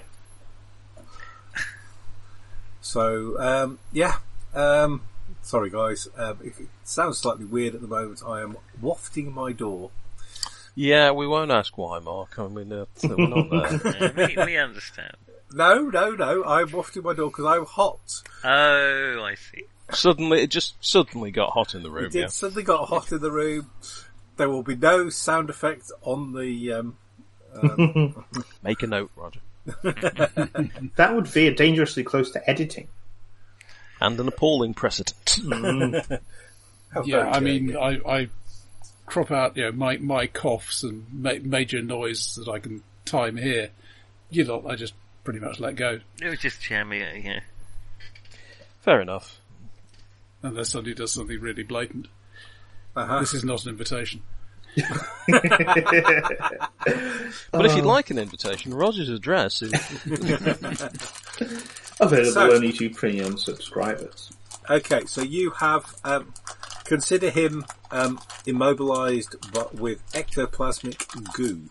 So um, yeah, um, sorry guys, um, if it sounds slightly weird at the moment. I am wafting my door. Yeah, we won't ask why, Mark. I mean, uh, we're not there. Yeah, Uh, we, we understand. No, no, no. I'm wafting my door because I'm hot. Oh, I see. suddenly, it just suddenly got hot in the room. It did Yeah. suddenly got hot in the room. There will be no sound effect on the. Um, Make a note, Roger, That would veer dangerously close to editing. and an appalling precedent. how Yeah, Oh, very I mean, good. I, I crop out you know my my coughs and ma- major noise that I can time here. You lot, I just pretty much let go It was just jammy. uh, Yeah. Fair enough. unless somebody does something really blatant. Uh-huh. This is not an invitation. But if you'd Uh. like an invitation, Roger's address is Available So- only to premium subscribers. Okay, so you have um, consider him um, immobilized, but with ectoplasmic goo.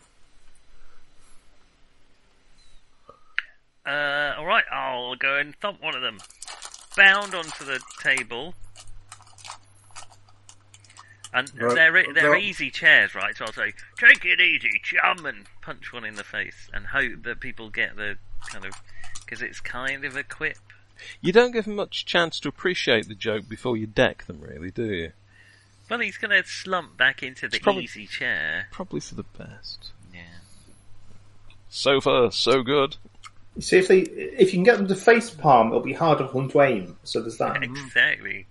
Uh, all right, I'll go and thump one of them. Bound onto the table. And Right, they're they're right. easy chairs, right? So I'll say, "Take it easy, chum," and punch one in the face, and hope that people get the kind of because it's kind of a quip. You don't give them much chance to appreciate the joke before you deck them, really, do you? Well, he's going to slump back into the It's probably- easy chair. Probably for the best. Yeah. So far, so good. You see, if they if you can get them to face palm, it'll be harder for them to aim. So there's that. Mm-hmm. Exactly.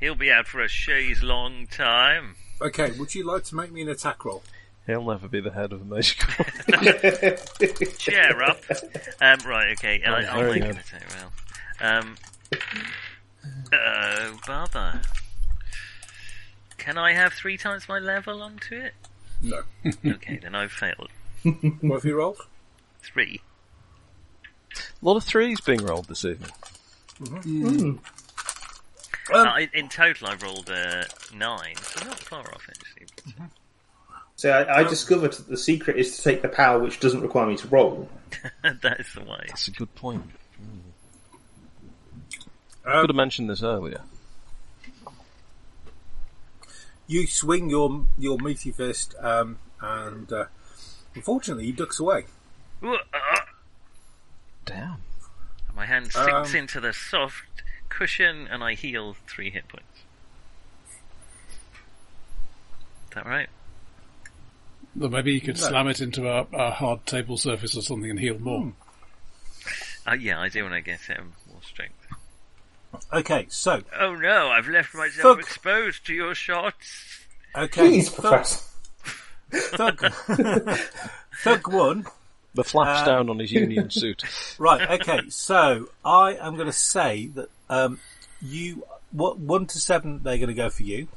He'll be out for a chaise long time. Okay, would you like to make me an attack roll? He'll never be the head of a magical. Chair up. Um, right, okay. I, Right, I'll very make good. it a take well. Um, oh, bother. Can I have three times my level onto it? No. Okay, then I've failed. what have you rolled? Three. a lot of threes being rolled this evening. Um, Uh, in, in total, I rolled a nine, so not far off, actually. So I, I discovered that the secret is to take the power which doesn't require me to roll. that is the way. That's a good point. Um, Could have mentioned this earlier. you swing your your meaty fist, um, and uh, unfortunately, he ducks away. Ooh, uh, Damn. my hand sinks Um, into the soft cushion, and I heal three hit points. Is that right? Though maybe you could slam it into a, a hard table surface or something and heal more. Oh, yeah, I do want to get um, more strength. Okay, so Oh no, I've left myself Fuck. exposed to your shots. okay, Please, thug, Professor. thug, thug one. The flaps Uh, down on his union suit. Right. Okay. So I am going to say that um, you what one to seven they're going to go for you.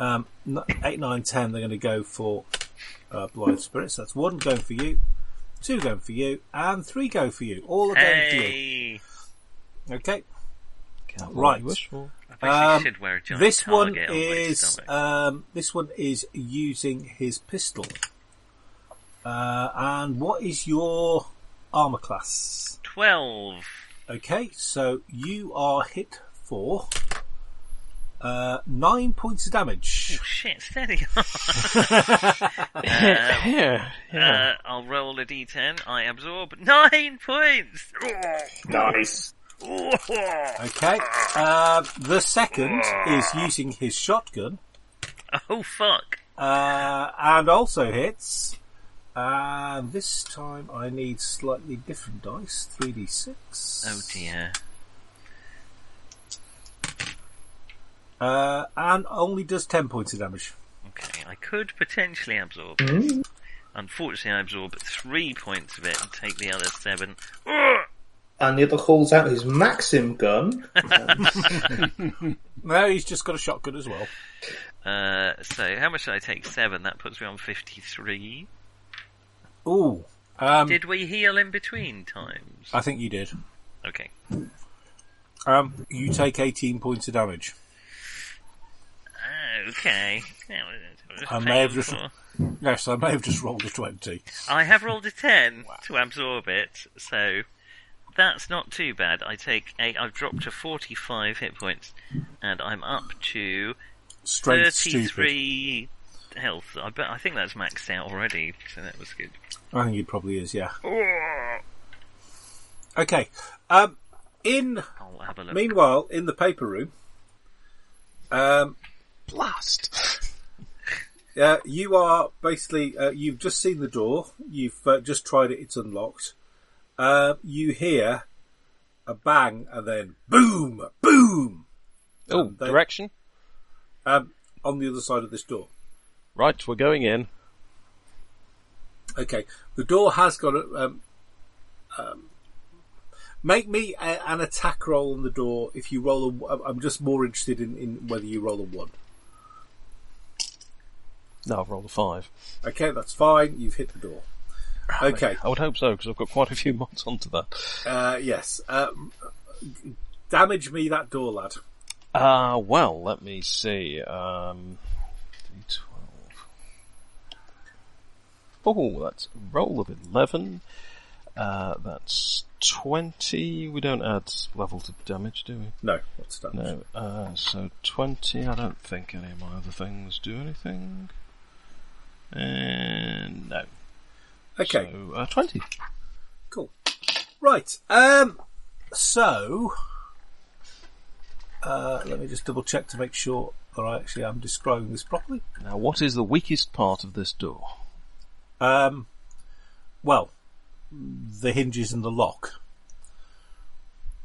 Um, n- 8, 9, 10, they're going to go for uh, Blithe Spirits. That's one going for you, two going for you, and three go for you. All are going Hey! for you. Okay. Can't Right. wish for. I basically Um, should wear a giant This one target on my is stomach. um, this one is using his pistol. Uh, and what is your armor class? 12. Okay, so you are hit for uh, nine points of damage. Shit, steady Uh, on. yeah, yeah. Uh, I'll roll a d10. I absorb 9 points! Nice. Okay, uh, the second is using his shotgun Oh, fuck. uh, and also hits. And this time I need slightly different dice, three d six. Oh, dear. Uh, and only does ten points of damage. Okay, I could potentially absorb it. Hmm. Unfortunately, I absorb 3 points of it and take the other 7. And the other hauls out his Maxim gun. No, he's just got a shotgun as well. Uh, so, how much did I take? 7. That puts me on 53. Ooh, um, Did we heal in between times? I think you did. Okay. Um, you take eighteen points of damage. Oh, Okay. That was- that was I may have just- painful. Yes, I may have just rolled a twenty. I have rolled a ten to absorb it, so that's not too bad. I take eight. I've dropped to forty-five hit points, and I'm up to Straight stupid. thirty-three health. I bet I think that's maxed out already, so that was good. I think he probably is, yeah. Okay. Um, in I'll have a look. meanwhile, in the paper room, um, Blast! uh, you are basically uh, you've just seen the door. You've uh, just tried it. It's unlocked. Uh, you hear a bang and then boom, boom Oh, Um, they- direction. um, on the other side of this door. Right, we're going in. Okay, the door has got a. Um, um, make me a, an attack roll on the door. If you roll, a w- I'm just more interested in, in whether you roll a one. No, I've rolled a five. Okay, that's fine. You've hit the door. Okay. I would hope so because I've got quite a few mods onto that. Uh, yes. Um, damage me that door, lad. Uh, well, let me see. Um, D12. Oh, that's a roll of 11. Uh, that's 20. We don't add level to damage, do we? No, that's damage. No. Uh, so 20. I don't think any of my other things do anything. And no. Okay, So, uh, 20. cool. Right. Um, so. Uh, let me just double check to make sure that I actually am describing this properly. Now, what is the weakest part of this door? Um, well, the hinges and the lock.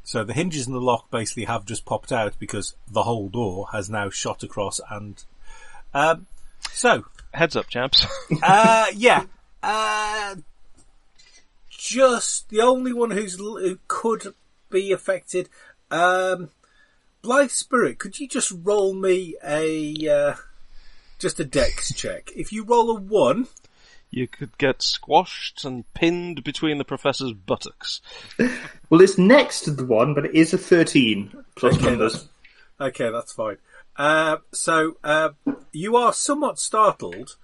So the hinges and the lock basically have just popped out because the whole door has now shot across and, um, so, Heads up, chaps. uh, yeah, uh, just the only one who's, l- who could be affected, um, Blythe Spirit, could you just roll me a, uh, just a dex check? If you roll a one, You could get squashed and pinned between the professor's buttocks. Well, it's next to the one, but it is a 13 plus numbers. Okay, that's fine. Uh, so uh, you are somewhat startled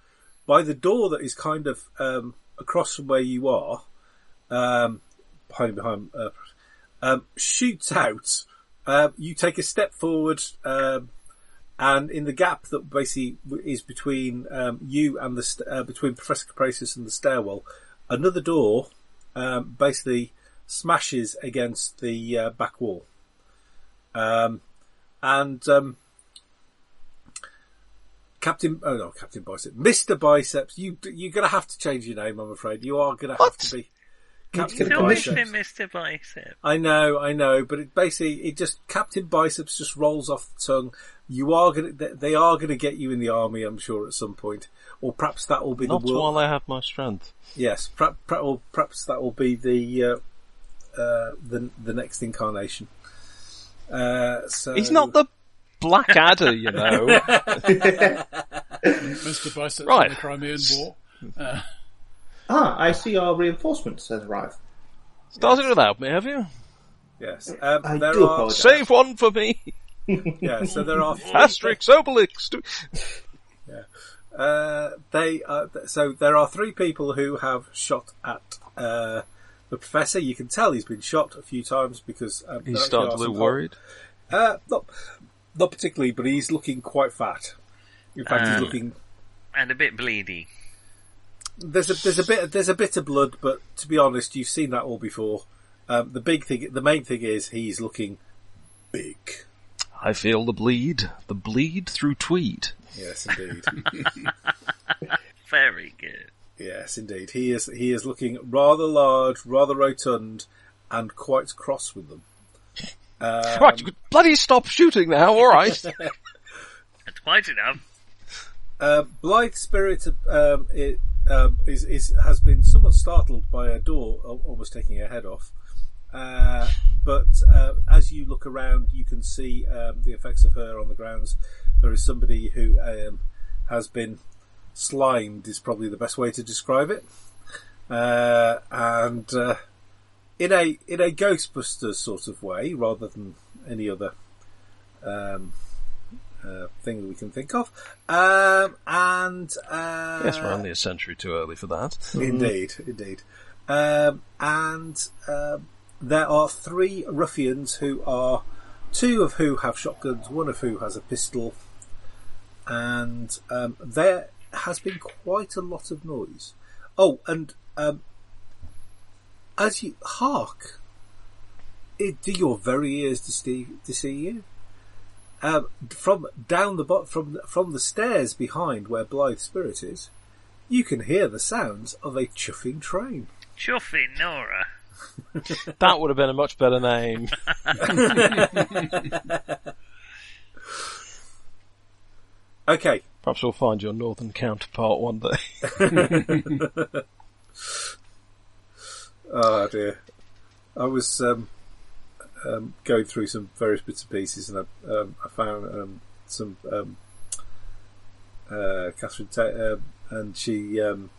by the door that is kind of um, across from where you are, um, hiding behind. Uh, um, shoots out. Uh, you take a step forward, um, and in the gap that basically w- is between um, you and the st- uh, between Professor Caprasis and the stairwell, another door um, basically smashes against the uh, back wall. Um, and um, Captain. Oh no, Captain Biceps, Mister Biceps. You you're gonna have to change your name. I'm afraid you are gonna have to be Captain Still Biceps. missing Mr. Bicep. I know, I know, but it basically it just Captain Biceps just rolls off the tongue. You are gonna they- they are gonna get you in the army, I'm sure, at some point, or perhaps that will be Not the world. while I have my strength. Yes, perhaps, or perhaps that will be the uh, uh, the the next incarnation. Uh, so He's not the Blackadder, you know. Mr. Biceps Right. in the Crimean War. Ah, I see our reinforcements has arrived. Started without me, have you? Yes. Um, I there do are, apologise. Save one for me. yeah, so there are three Asterix, Obelix. do- Uh, they are, so there are three people who have shot at uh, the professor. You can tell he's been shot a few times because um, He's there starting are to some look worried. hol- Uh, not, not particularly, but he's looking quite fat. In fact, he's Um. looking. and a bit bleedy. There's a there's a bit there's a bit of blood, but to be honest, you've seen that all before. Um, the big thing, the main thing is he's looking big. I feel the bleed. The bleed through tweed. Yes, indeed. Very good. yes, indeed. He is he is looking rather large, rather rotund, and quite cross with them. right, you could bloody stop shooting now, alright. That's quite enough. Uh, Blythe Spirit um, it, um, is, is has been somewhat startled by a door al- almost taking her head off. Uh, but uh, as you look around, you can see um, the effects of her on the grounds. There is somebody who um, has been slimed, is probably the best way to describe it. Uh, and uh, in a in a Ghostbusters sort of way, rather than any other um, uh, thing we can think of. Um, and uh, yes, we're only a century too early for that. indeed, indeed. Um, and um there are three ruffians who are two of who have shotguns, one of who has a pistol, and um, there has been quite a lot of noise. Oh, and um, as you hark, it, do your very ears deceive, deceive you? Um, from down the bot from from the stairs behind where Blythe Spirit is, you can hear the sounds of a chuffing train. Chuffing Nora. That would have been a much better name. Okay, Perhaps we'll find your northern counterpart one day. Oh dear. I was um, um, going through some various bits and pieces, and I, um, I found um, some um, uh, Catherine, Ta- um and she. Um,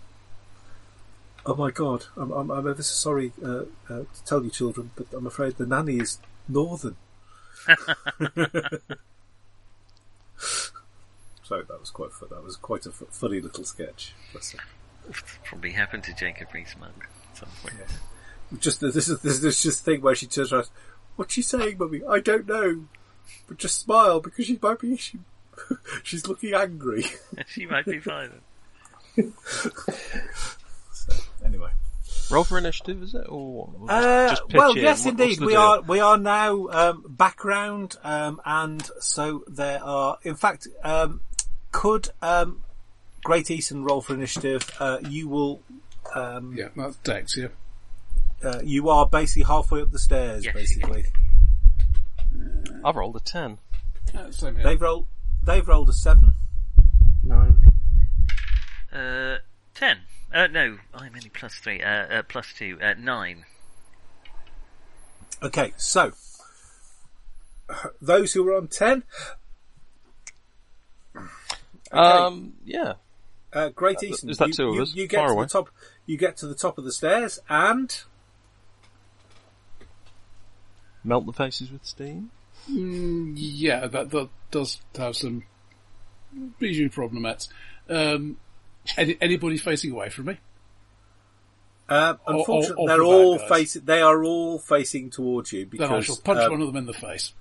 oh my God! I'm, I'm, I'm ever so sorry uh, uh, to tell you, children, but I'm afraid the nanny is northern. so that was quite fu- that was quite a fu- funny little sketch. Bless her. Probably happened to Jacob Rees-Mogg at some point. just this is this is just thing where she turns around. What's she saying, mummy? I don't know, but just smile because she might be she, she's looking angry. she might be fine. Anyway, Roll for initiative, is it? Or we'll just, uh, just pitch well, in. yes, What- what's indeed, the we deal? are we are now um, background, um, and so there are. In fact, um, could um, Great Eastern roll for initiative? Uh, you will. Um, Yeah, that's Dex, yeah. uh, you are basically halfway up the stairs. Yes, basically, I've rolled a ten. Uh, same here. they've rolled. They've rolled a seven. Nine. Uh, ten. Uh, no, I'm only plus three. Uh, uh plus two. Uh, nine. Okay, so those who were on ten, Um, yeah. uh, Great Eastern. is that you, two of you, us? You get Far to away. the top. You get to the top of the stairs, and Melt the faces with steam. Mm, yeah, that, that does have some usually problemats. Um, any, anybody facing away from me? uh, I'll- unfortunately, I'll they're provide, all guys. facing. They are all facing towards you because. Then I shall punch um, one of them in the face.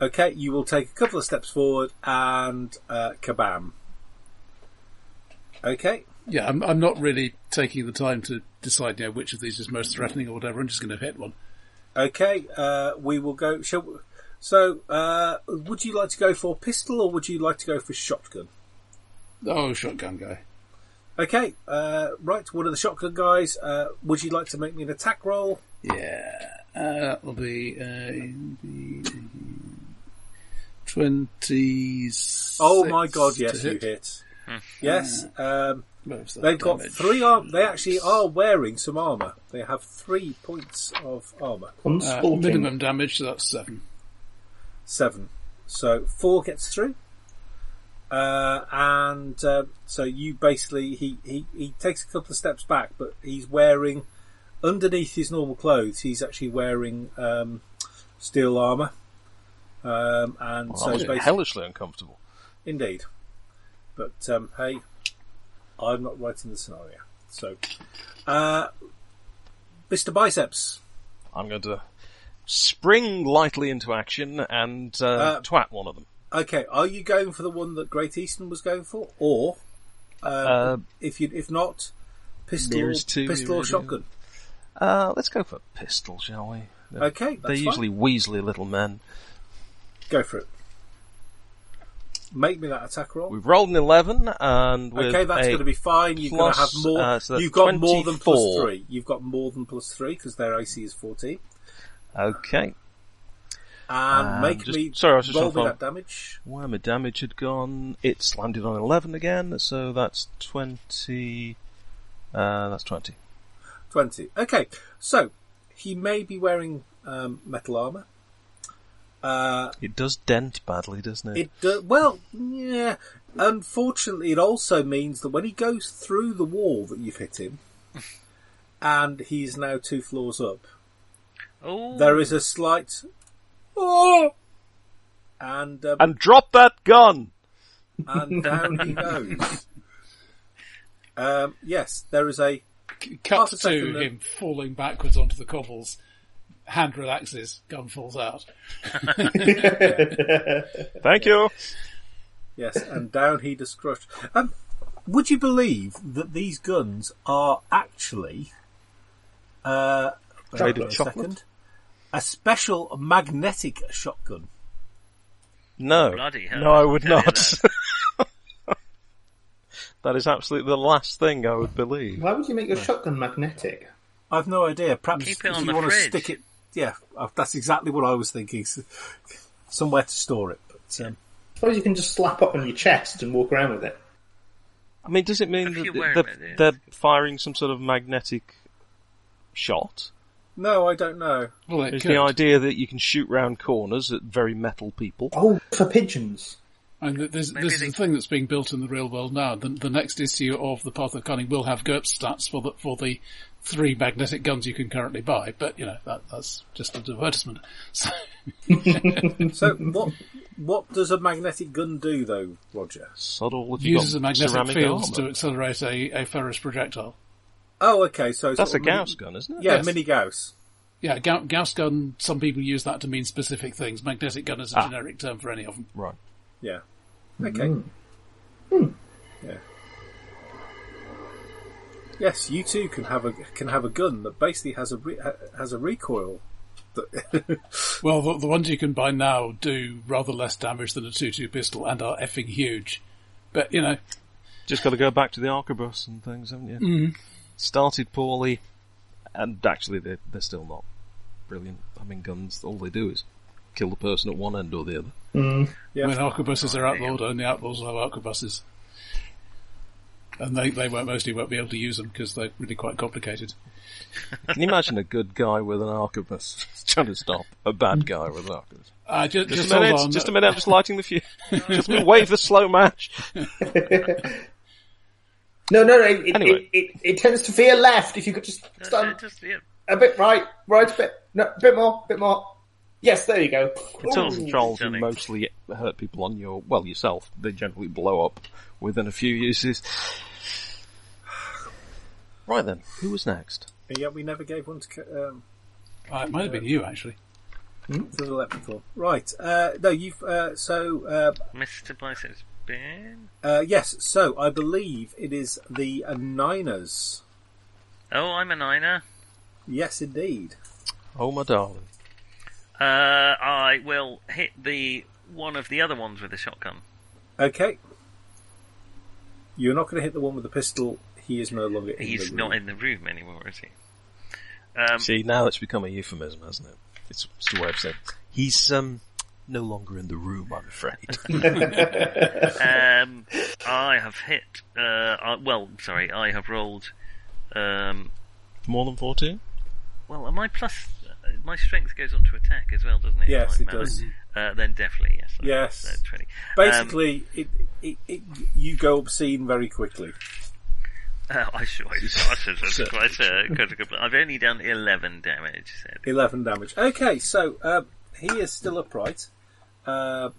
Okay, you will take a couple of steps forward and uh, kabam. Okay, Yeah, I'm, I'm not really taking the time to decide you know, which of these is most threatening or whatever. I'm just going to hit one. okay. Uh, we will go. Shall we, so, uh, would you like to go for pistol or would you like to go for shotgun? Oh, shotgun guy. Okay, uh, right, one of the shotgun guys, uh, would you like to make me an attack roll? Yeah, uh, that'll be uh, in the twenties. Oh my god, yes, you hit. Yes, um, they've got three arm, they actually are wearing some armour. They have three points of armour. Uh, Unsporting. minimum damage, so that's seven. Seven. So four gets through. Uh, and uh, so you basically he, he he takes a couple of steps back, but he's wearing underneath his normal clothes. He's actually wearing um, steel armor, um, and Well, so that was basically, hellishly uncomfortable. Indeed. But um, hey, I'm not writing the scenario. So, uh, Mr. Biceps, I'm going to spring lightly into action and uh, Uh, twat one of them. okay, are you going for the one that Great Eastern was going for, or um, Uh, if you if not, pistol, nearest to pistol or Meridian. shotgun? Uh, let's go for pistol, shall we? They're, Okay, that's they're fine. usually weaselly little men. Go for it. Make me that attack roll. We've rolled an eleven, and with Okay, that's a going to be fine. You're going to have plus, more. uh, so that's You've got more than plus 24. three. You've got more than plus three because their AC is fourteen. okay. And Um, make just- me sorry, I was just roll on me the phone. that damage. Where my damage had gone, it's landed on eleven again. So that's twenty. Uh, that's twenty. 20. Okay, so he may be wearing um, metal armour. Uh, It does dent badly, doesn't it? it do- well, yeah. Unfortunately, it also means that when he goes through the wall that you've hit him, and he's now two floors up, Oh, there is a slight. Oh! And, um, And drop that gun. and down he goes. Um, yes, there is a. C- Half Cut a to second then. him falling backwards onto the cobbles. Hand relaxes, gun falls out. Thank you. Yes, and down he just crushed. Um, would you believe that these guns are actually uh, bear with Made of me a chocolate? second. A special magnetic shotgun. No, Bloody hell. no, I would Tell you not. that is absolutely the last thing I would believe. Why would you make your shotgun magnetic? I've no idea. Perhaps Keep it if on you the want to fridge. stick it, yeah, uh, that's exactly what I was thinking. S- Somewhere to store it. But um, Suppose you can just slap up on your chest and walk around with it. I mean, does it mean If that you th- were they're, with it. they're firing some sort of magnetic shot? no, I don't know. Well, it Is could. the idea that you can shoot round corners at very metal people? Oh, for pigeons. And th- there's, Maybe this is they- a thing that's being built in the real world now. The, the next issue of the Path of Cunning will have GURPS stats for the, for the three magnetic guns you can currently buy, but you know, that, that's just an advertisement. So, So what? What does a magnetic gun do, though, Roger? Subtle if you've uses a got magnetic ceramic field armor. to accelerate a, a ferrous projectile. Oh, okay. So That's a sort of mini- Gauss gun, isn't it? Yeah, Yes. mini Gauss. Yeah, Ga- Gauss gun, some people use that to mean specific things. Magnetic gun is a Ah. generic term for any of them. Right. Yeah. Okay. Yeah. Yes, you too can have a can have a gun that basically has a re, ha- has a recoil. That Well, the, the ones you can buy now do rather less damage than a 2-2 pistol and are effing huge. But, you know, Just got to go back to the arquebus and things, haven't you? Started poorly, and actually they're, they're still not brilliant. I mean, guns, all they do is kill the person at one end or the other. Yeah. when arquebuses are damn. outlawed, only outlaws will have arquebuses. And they, they won't, mostly won't be able to use them because they're really quite complicated. Can you imagine a good guy with an arquebus trying to stop a bad guy with an arquebus? Uh, just, just, Just a hold minute, on. just a minute, I'm just lighting the fuse. just a wait for slow match. No, no, no. It, Anyway. it, it, it tends to veer left if you could just that's start it, uh, just, yeah. a bit right, right a bit, no, bit more, bit more. Yes, there you go. Tunnel Ooh. controls stunning. mostly hurt people on your, well, yourself. They generally blow up within a few uses. Right then, who was next? and yet we never gave one to Ca- um, Uh, it might have been you, actually. to the leprechaun. Right? Uh, no, you've uh, so uh, Mr. Biceps Ben. uh, yes. So I believe it is the uh, Niners. Oh, I'm a niner. Yes, indeed. Oh my darling. Uh, I will hit the one of the other ones with a shotgun. Okay. You're not going to hit the one with the pistol. He is no longer. In He's the not room. in the room anymore, is he? Um, See, now that's become a euphemism, hasn't it? It's, it's a way of saying, he's, um, no longer in the room, I'm afraid. um, I have hit. Uh, I, well, sorry, I have rolled. Um, More than 14? well, am I plus? my strength goes on to attack as well, doesn't it? Yes, Like it Malus. does. Uh, then definitely yes. I- Yes. uh, twenty. um, Basically, it, it, it, you go obscene very quickly. uh, I should. That's quite a, quite a good. I've only done eleven damage. Said 11 damage. Okay, so um, he is still upright, uh,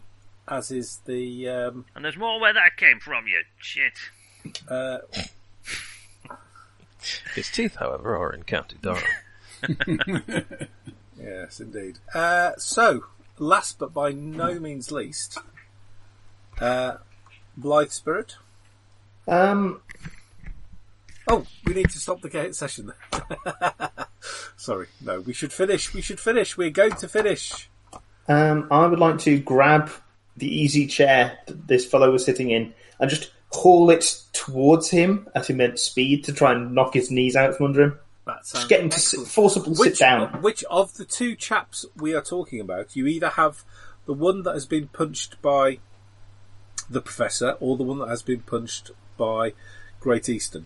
as is the. Um, And there's more where that came from, you shit. uh, His teeth, however, are in County Durham. yes, indeed. Uh, so, last but by no means least, uh, Blythe Spirit. Um, Oh, we need to stop the ga- session. Sorry, no, we should finish. We should finish. We're going to finish. um, I would like to grab the easy chair that this fellow was sitting in and just haul it towards him at immense speed to try and knock his knees out from under him. That sounds Get him to sit, excellent. forcible which, sit down. Which of the two chaps we are talking about, you either have the one that has been punched by the professor or the one that has been punched by Great Eastern.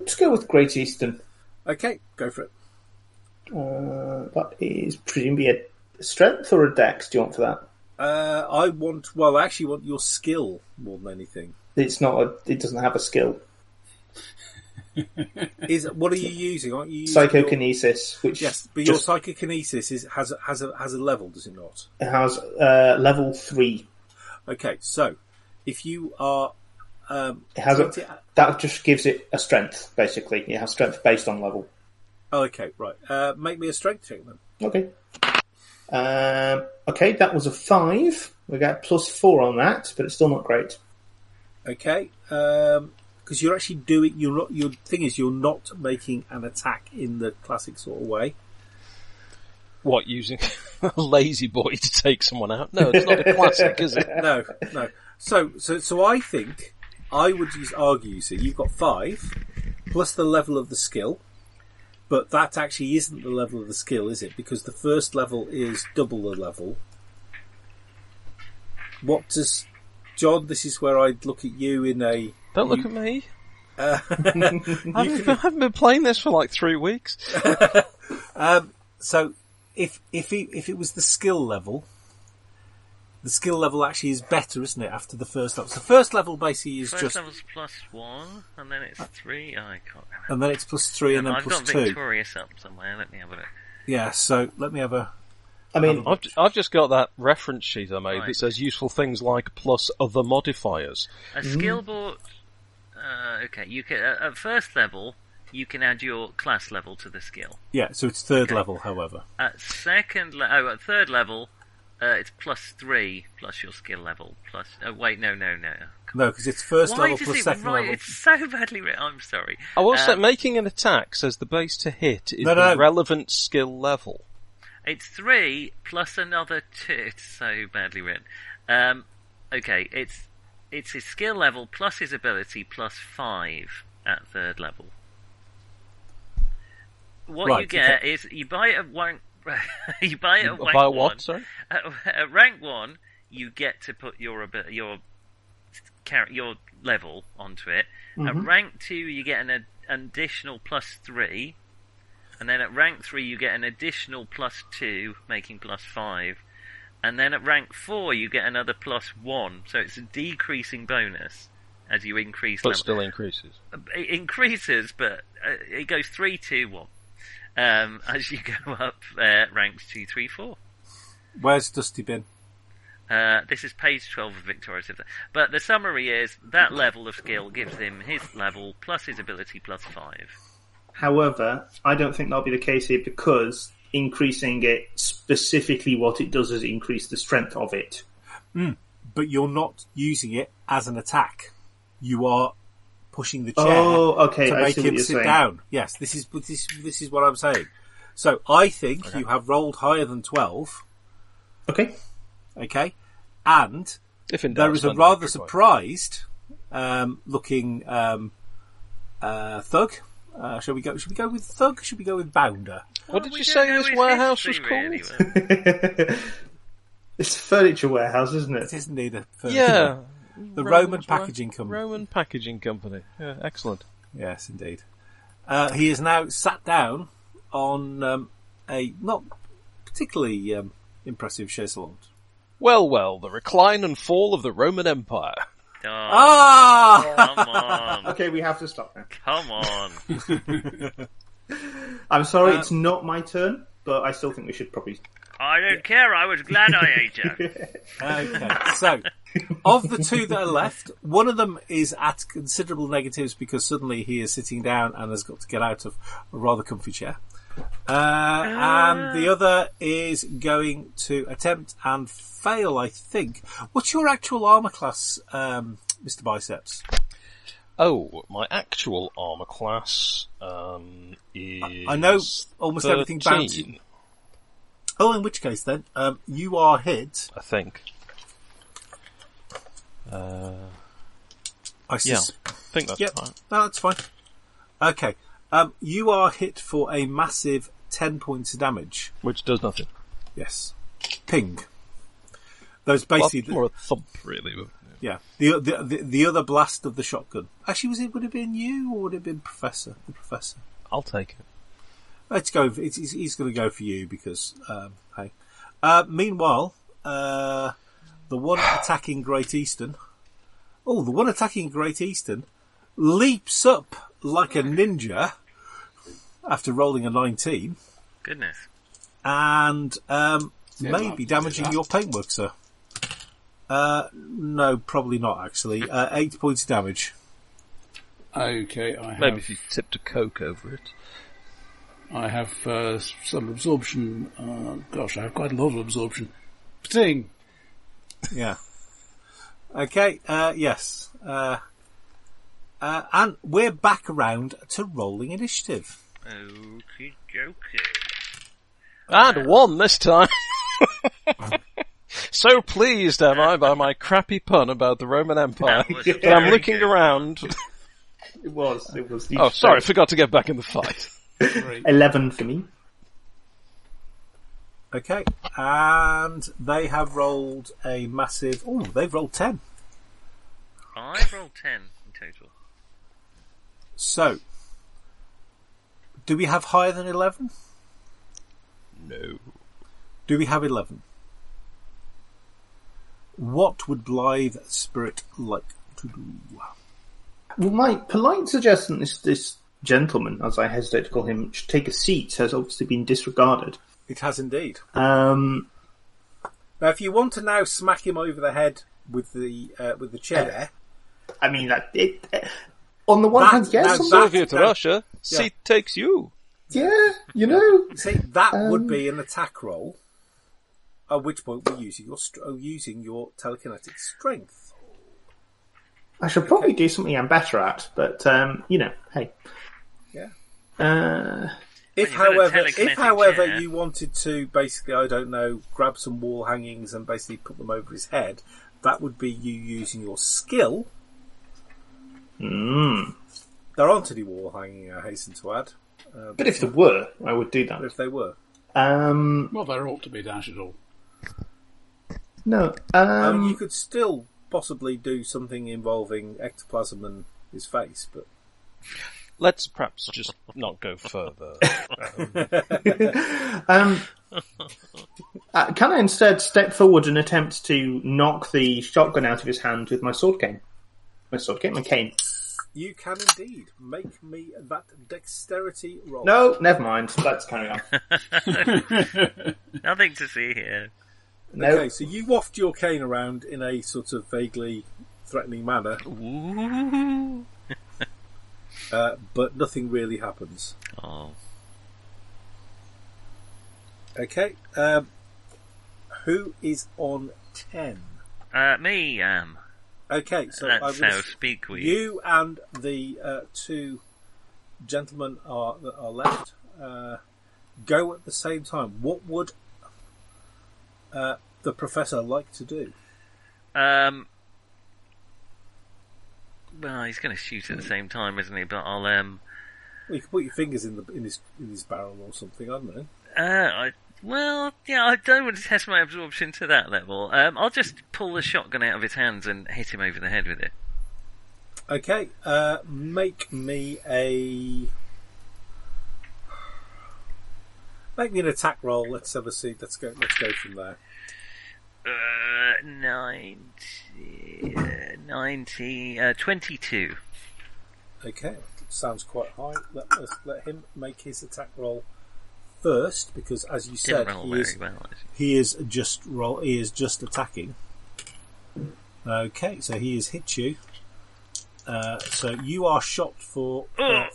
Let's go with Great Eastern. Okay, go for it. Uh, that is presumably a strength or a dex. Do you want for that? Uh, I want, well, I actually want your skill more than anything. It's not. A, it doesn't have a skill. Is what are you using? Aren't you using Your, Psychokinesis, which yes, but your just psychokinesis is, has a- has a has a level, does it not? has uh, level three. Okay, so if you are um, It has twenty- a, that just gives it a strength. Basically, it has strength based on level. oh, okay, right, uh, make me a strength check then. Okay. Um, okay, that was a five. We got plus four on that, but it's still not great. Okay, because you're actually doing you're not, your thing is you're not making an attack in the classic sort of way. What, using a lazy boy to take someone out? No, it's not a classic, is it? No, no. So so so I think I would just argue. You see, you've got five plus the level of the skill, but that actually isn't the level of the skill, is it? Because the first level is double the level. What does John? This is where I'd look at you in a. Don't look at me. Uh, I, haven't, I haven't been playing this for like three weeks. So if if he, if it was the skill level, the skill level actually is better, isn't it? After the first level, so first level basically is First just, Uh, level's plus one, and then it's three. Oh, I can't remember. and then it's plus three and then I've plus got two. victorious up somewhere. Let me have a look. Yeah. So let me have a. I mean, Uh-huh. I've, I've just got that reference sheet I made Right. that says useful things like plus other modifiers. A Mm. skill board. Uh, okay, you can uh, at first level you can add your class level to the skill. Yeah. So it's third level, however. At second, le- oh, at third level, uh, it's plus three plus your skill level plus. Oh wait, no, no, no. No, because it's first Why level does plus it second write? level. It's so badly written. I'm sorry. I will say Um, making an attack says the base to hit is Uh, No, the no. relevant skill level. It's three plus another two. It's so badly written. Um, okay, it's it's his skill level plus his ability plus five at third level. What you Right, get is you buy it at one. you buy it at rank By one. what, sorry? At, at rank one, you get to put your abi- your char- your level onto it. At rank two, you get an ad- additional plus three, and then at rank three, you get an additional plus two, making plus five, and then at rank four, you get another plus one. So it's a decreasing bonus as you increase But level. still increases. It increases, but uh, it goes three, two, one. Um, as you go up uh, ranks two, three, four. Where's Dusty Bin? Uh, this is page 12 of Victorious. If- But the summary is that level of skill gives him his level plus his ability plus 5. however, I don't think that'll be the case here because increasing it specifically, what it does is increase the strength of it. But you're not using it as an attack. You are pushing the chair Oh, okay, to I make see what him you're sit saying. down. Yes, this is this this is what I'm saying. So I think you have rolled higher than twelve. Okay. Okay, and If in doubt, there is a spend rather the victory point. surprised um, looking um, uh, thug. Uh, shall we go? Should we go with thug? Should we go with bounder? What did we you don't say know this his warehouse was history, called? really, well. It's a furniture warehouse, isn't It it? is indeed a first Yeah. The Roman Packaging Company. Roman Packaging Company. Yeah, excellent. Yes, indeed. Uh, he is now sat down on um, a not particularly um, impressive chaise longue. Well, well, the recline and fall of the Roman Empire. Oh, Ah! come on, Okay, we have to stop now. come on. I'm sorry, it's not my turn, but I still think we should probably. I don't care. I was glad I ate her. Okay, so of the two that are left, one of them is at considerable negatives because suddenly he is sitting down and has got to get out of a rather comfy chair. Uh, and the other is going to attempt and fail, I think. What's your actual armor class, um, Mr. Biceps? Oh, my actual armor class um, is. I know almost everything about 13, Oh, in which case then, um, you are hit. I think. Uh, I yeah, sus- I think that's Yep, right. no, that's fine. Okay, um, you are hit for a massive 10 points of damage. Which does nothing. Yes. Ping. Those Well, basically, or a thump, really. but- yeah. The, the the the other blast of the shotgun. Actually, was it would it have been you or would it have been Professor? The Professor. I'll take it. Let's go. for- It's, he's he's going to go for you because um, hey. Uh, meanwhile, uh, the one attacking Great Eastern. Oh, the one attacking Great Eastern leaps up like a ninja after rolling a nineteen Goodness. and um, Yeah, may be Mark, damaging do that. your paintwork, sir. Uh, no, probably not. Actually, uh, eight points of damage. Okay, I have, Maybe if you tipped a coke over it. I have uh, s- some absorption. Uh, gosh, I have quite a lot of absorption. Ting! Yeah. Okay. Uh, yes. Uh, uh, and we're back around to rolling initiative. Okie dokie. And one this time. so pleased am I by my crappy pun about the Roman Empire That was that I'm very looking good. around. It was. It was. Oh, sorry, forgot to get back in the fight. Eleven for me. Okay. And they have rolled a massive. Oh, they've rolled ten. I rolled ten in total. So, do we have higher than eleven? No. Do we have 11? What would Blythe Spirit like to do? Well, my polite suggestion is this gentleman, as I hesitate to call him, should take a seat. Has obviously been disregarded. It has indeed. Um, Now, if you want to now smack him over the head with the uh, with the chair, I mean, that, it, eh, on the one That- hand, yes, that's on the- that- Soviet no. Russia, seat takes you. yeah, you know, see that would Um. be an attack roll. At which point we're using your str- oh, using your telekinetic strength. I should probably do something I'm better at, but um, you know, hey, Yeah. uh, If you've got a however, if telekinetic however chair- you wanted to basically, I don't know, grab some wall hangings and basically put them over his head, that would be you using your skill. mm. There aren't any wall hanging, I hasten to add, but if there were, I would do that. if they were. Um, Well, there ought to be dash at all. no, I mean, um, you could still possibly do something involving ectoplasm and his face, but Let's perhaps just not go further. Um, uh, can I instead step forward and attempt to knock the shotgun out of his hand with my sword cane? My sword cane, my cane. you can indeed make me that dexterity roll. No, never mind. Let's carry on. Nothing to see here. No, Okay, so you waft your cane around in a sort of vaguely threatening manner, Ooh. uh, but nothing really happens. Oh. Okay, um, who is on ten? Uh, me, um, Okay, so I was. that's how speak we. You and the uh, two gentlemen are that are left uh, go at the same time. What would uh, the professor like to do? Um, well, he's going to shoot at the same time, isn't he? But I'll, um, Well, you can put your fingers in the in his in his barrel or something. I don't know. uh, I, well, yeah, I don't want to test my absorption to that level. Um, I'll just pull the shotgun out of his hands and hit him over the head with it. Okay, uh, make me a Make me an attack roll. Let's have a see. Let's go. Let's go from there. Uh, 90, uh, 90, uh, 22. Okay, sounds quite high. Let us let him make his attack roll first, because as you said, Didn't roll he very is, well. actually. he is just roll. He is just attacking. Okay, so he has hit you. Uh, so you are shot for uh, Ugh.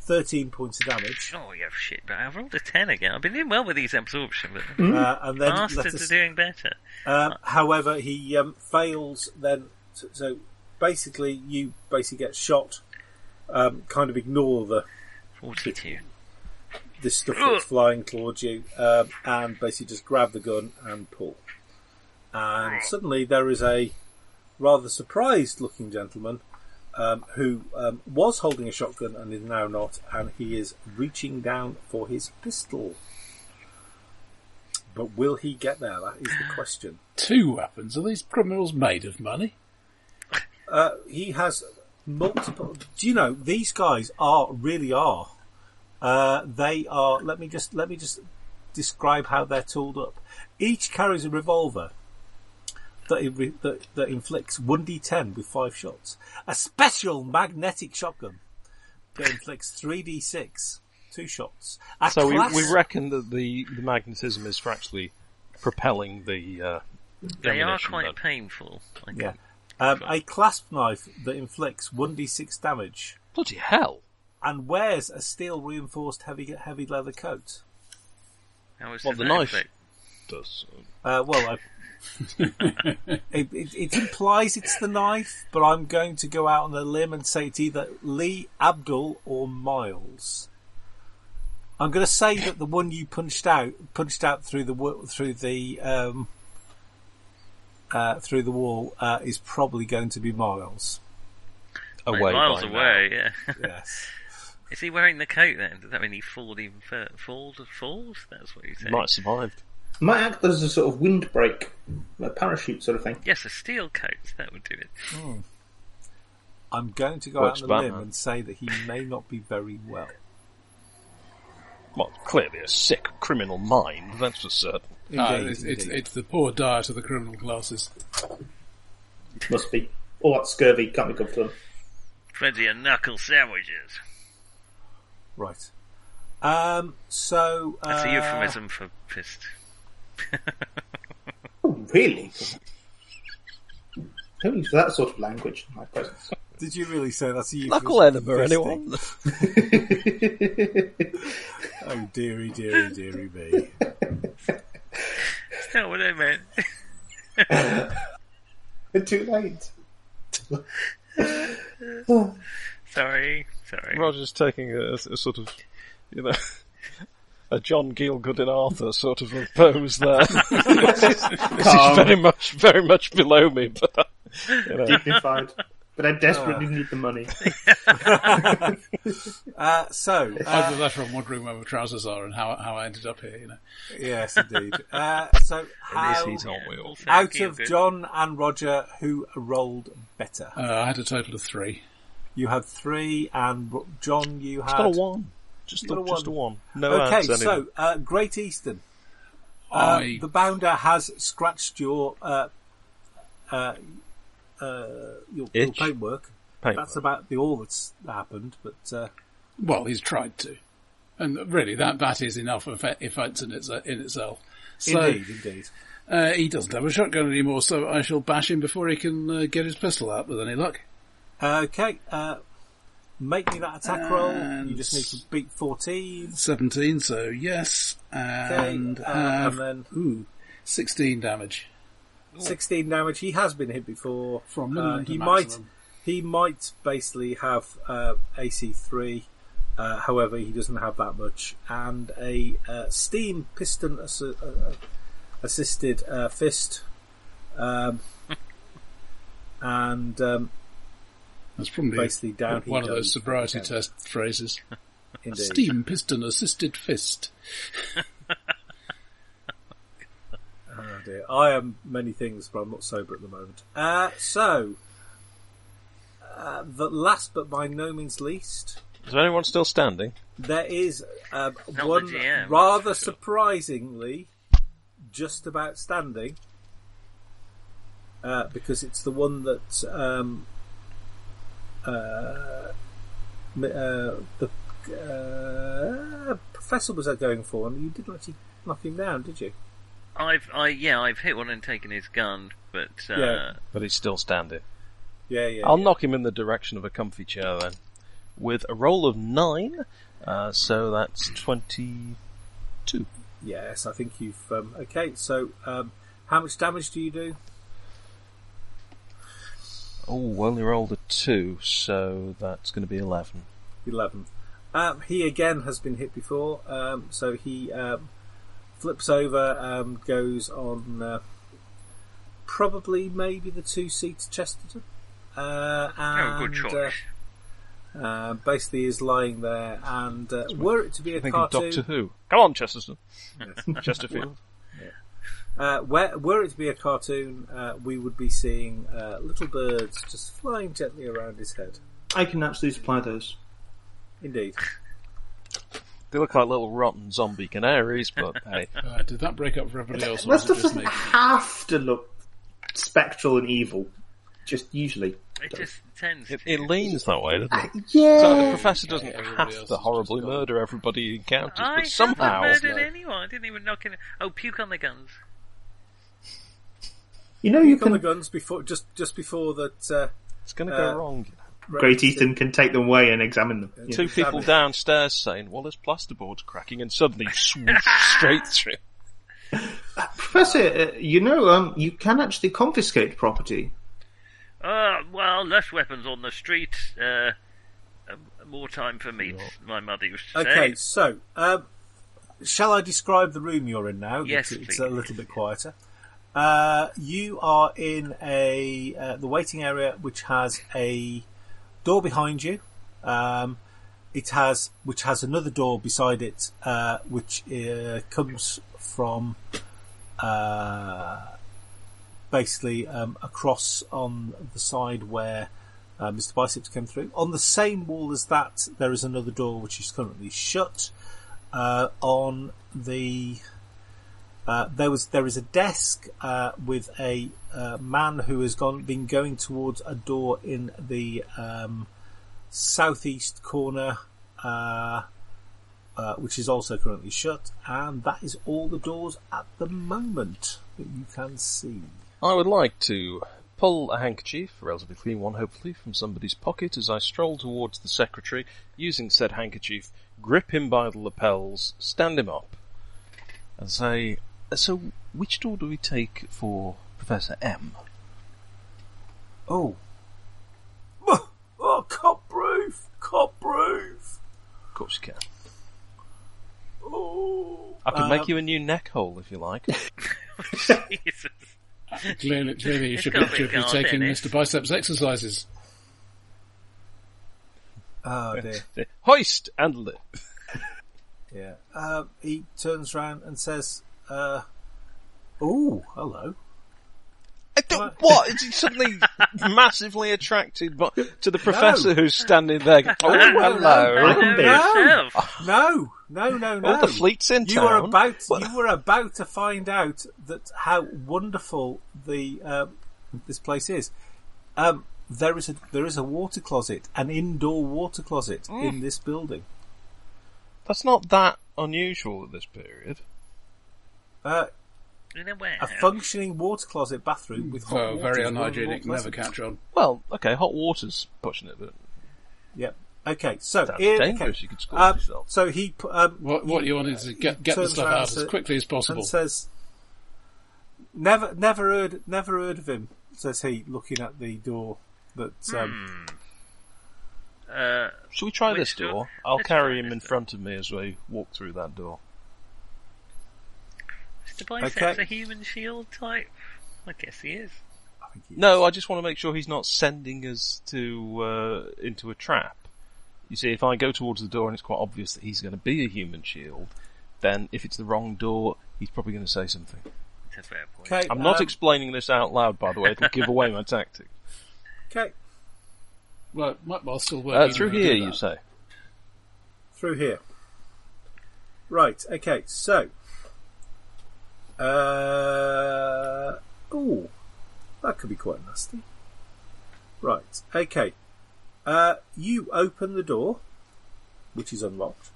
thirteen points of damage, Oh, yeah, shit, but I rolled a 10 again. I've been doing well with these absorption, but uh, and then let bastards us are doing better. Um, however, he um, fails then. So, so basically, you basically get shot. Um, kind of ignore the 42. this stuff that's flying towards you, um, and basically just grab the gun and pull. And suddenly there is a rather surprised-looking gentleman um, who um, was holding a shotgun and is now not, and he is reaching down for his pistol. But will he get there? That is the question. Two weapons. Are these criminals made of money? Uh, he has multiple. Do you know these guys are really are? Uh, they are. Let me just let me just describe how they're tooled up. Each carries a revolver that it re- that, that inflicts one d10 with five shots. A special magnetic shotgun that inflicts three d6, two shots. A So we, class- we reckon that the, the magnetism is for actually propelling the. Uh, They are ammunition quite then. painful. I yeah. think. Um, a clasp knife that inflicts one d6 damage Bloody hell! and wears a steel reinforced heavy heavy leather coat. How is Well, the that knife affect- does. uh, Uh, well, I, it, it, it implies it's the knife, but I'm going to go out on a limb and say it's either Lee, Abdul, or Miles. I'm going to say that the one you punched out punched out through the wo- through the um, uh, through the wall uh, is probably going to be Miles. Away miles by now. away, yeah. Yes. Is he wearing the coat then? Does that mean he falled even fur- falled? Falls? That's what you say. Might survive. Might act as a sort of windbreak, a parachute sort of thing. Yes, a steel coat. That would do it. I'm going to go Works out on a limb Batman. and say that he may not be very well. Well, clearly a sick criminal mind, that's for certain. No, Indeed, Ah, it's, it's, indeed. it's the poor diet of the criminal classes. Must be. All that scurvy can't be good for them. Plenty of knuckle sandwiches. right. Um, so uh, That's a euphemism for fist. Oh, really? Don't use that sort of language in my presence. Did you really say that's a euphemism? Knuckle Edinburgh, Fisting. anyone? Oh dearie, dearie, dearie me. Is that what I meant? Too late. sorry, sorry. Roger's taking a, a sort of, you know, a John Gielgud in Arthur sort of a pose there. this is very much, very much below me, but uh, you know, Dignified. But I Ah. desperately need the money. Uh, so, uh, Either that or I'm wondering where my trousers are and how, how I ended up here, you know. yes, indeed. Uh, so, how, he's on wheel. Also out feel of good. John and Roger, who rolled better? Uh, I had a total of three. You had three, and Ro- John, you Just got a had. one. Just a, Got a just a one. No Okay, ads anyway. so uh, Great Eastern. Uh, I, the bounder has scratched your uh, uh, uh, your, your Itch. paintwork. Paint That's work. about the all that's happened. But uh, well, he's tried to. And really, that, that is enough of it- offence in, its, in itself. So, indeed, indeed. Uh, he doesn't have a shotgun anymore, so I shall bash him before he can uh, get his pistol out with any luck. Okay, uh, make me that attack roll. You And- just need to beat 14. 17, so yes, and Okay, uh, have and ooh, 16 damage. 16 damage. He has been hit before. From uh, minimum to he might maximum. he might basically have uh, AC three. Uh, however, he doesn't have that much, and a uh, steam piston ass- uh, uh, assisted uh, fist, um, and um, That's probably basically down. he one of those goes sobriety again. test phrases. Indeed. Steam piston assisted fist. Oh dear. I am many things, but I'm not sober at the moment. Uh, so, uh, the last but by no means least, Is anyone still standing? There is um, the one GM, rather that's for sure. surprisingly just about standing uh, because it's the one that um, uh, m- uh, the uh, professor was going for, and you didn't actually knock him down, did you? I've, I yeah, I've hit one and taken his gun, but uh, Yeah. But he's still standing. Yeah, yeah. I'll knock him in the direction of a comfy chair then. With a roll of nine, uh, so that's 22. Yes, I think you've. Um, okay, so um, how much damage do you do? Oh, only rolled a two, so that's going to be 11. 11. Um, he again has been hit before, um, so he um, flips over, um, goes on uh, probably maybe the two seater Chesterton. Uh, and, oh, good choice. Uh, uh, basically, is lying there, and uh, were it to be a I think of cartoon, Doctor Who. Come on, Chesterton. Chesterfield. Uh, were, were it to be a cartoon, uh, we would be seeing uh, little birds just flying gently around his head. I can absolutely supply those. Indeed. They look like little rotten zombie canaries, but hey. Uh, did that break up for everybody else? Or This was it just doesn't me? have to look spectral and evil. Just usually. It just tends It, to. it leans that way, doesn't it? So the Yeah. professor doesn't Everybody else have has to just horribly gone. murder everybody he encounters, I but somehow. haven't murdered anyone. I didn't even knock in. Oh, puke on the guns. You know you Pick on the can. guns before, just just before that. Uh, It's going to go Uh, wrong. Great Eastern can take them away and examine them. Yeah. Two people damage. downstairs saying, well, there's plasterboards cracking, and suddenly swoosh straight through. Professor, uh, you know um, you can actually confiscate property. Uh, well, less weapons on the street. Uh, uh, more time for me. My mother used to Okay, say. so um, shall I describe the room you're in now? Yes, it's, it's please. a little bit quieter. Uh, you are in a uh, the waiting area, which has a door behind you. Um, it has which has another door beside it, uh, which uh, comes from uh, basically um, across on the side where uh, Mr. Biceps came through. On the same wall as that, there is another door which is currently shut. Uh, on the uh, there was there is a desk uh, with a uh, man who has gone been going towards a door in the um, southeast corner, uh, uh, which is also currently shut, and that is all the doors at the moment that you can see. I would like to pull a handkerchief, a relatively clean one hopefully, from somebody's pocket as I stroll towards the secretary, using said handkerchief, grip him by the lapels, stand him up, and say, so which door do we take for Professor M? Oh. Oh, cop roof! Cop roof! Of course you can. Oh. I can Um, make you a new neck hole if you like. Jesus. Clearly, clearly you It's should be, got a bit should be dark, taking isn't it? Mr. Biceps exercises. Oh dear. Hoist and lift. Yeah. Uh, he turns round and says, uh, "Oh, hello." I don't, what? Is he suddenly massively attracted by, to the professor who's standing there? Oh, I hello. know Andy. Um, yourself. No, no, no, no. Oh, the fleet's in you town. were about Well, you were about to find out that how wonderful the uh, this place is. Um, there is a there is a water closet, an indoor water closet in this building. That's not that unusual at this period. Uh, In a warehouse. a functioning water closet bathroom with hot Oh, very water is one of the unhygienic. more Never pleasant. catch on. Well, okay, hot water's pushing it, but Yep. Okay, so That's here, dangerous, okay. you could scorch Um, yourself. So he pu- um, What, what you want is to get, get the turns stuff around out as to- quickly as possible. and says, "Never, never heard, never heard of him." Says he, looking at the door. That Hmm. um, Uh, shall we try Which this door? door? I'll Let's carry try him this in door. front of me as we walk through that door. is the biceps Okay. a human shield type? I guess he is. I think he- No, I just want to make sure he's not sending us to uh, into a trap. You see, if I go towards the door and it's quite obvious that he's going to be a human shield, then if it's the wrong door, he's probably going to say something. It's a fair point. okay, I'm not um, explaining this out loud, by the way. It'll give away my tactic. okay. Well, it might well still work. Uh, even through if you do here, you that. say. through here. Right. Okay. So. Uh. Ooh. That could be quite nasty. Right. Okay. Uh, you open the door, which is unlocked.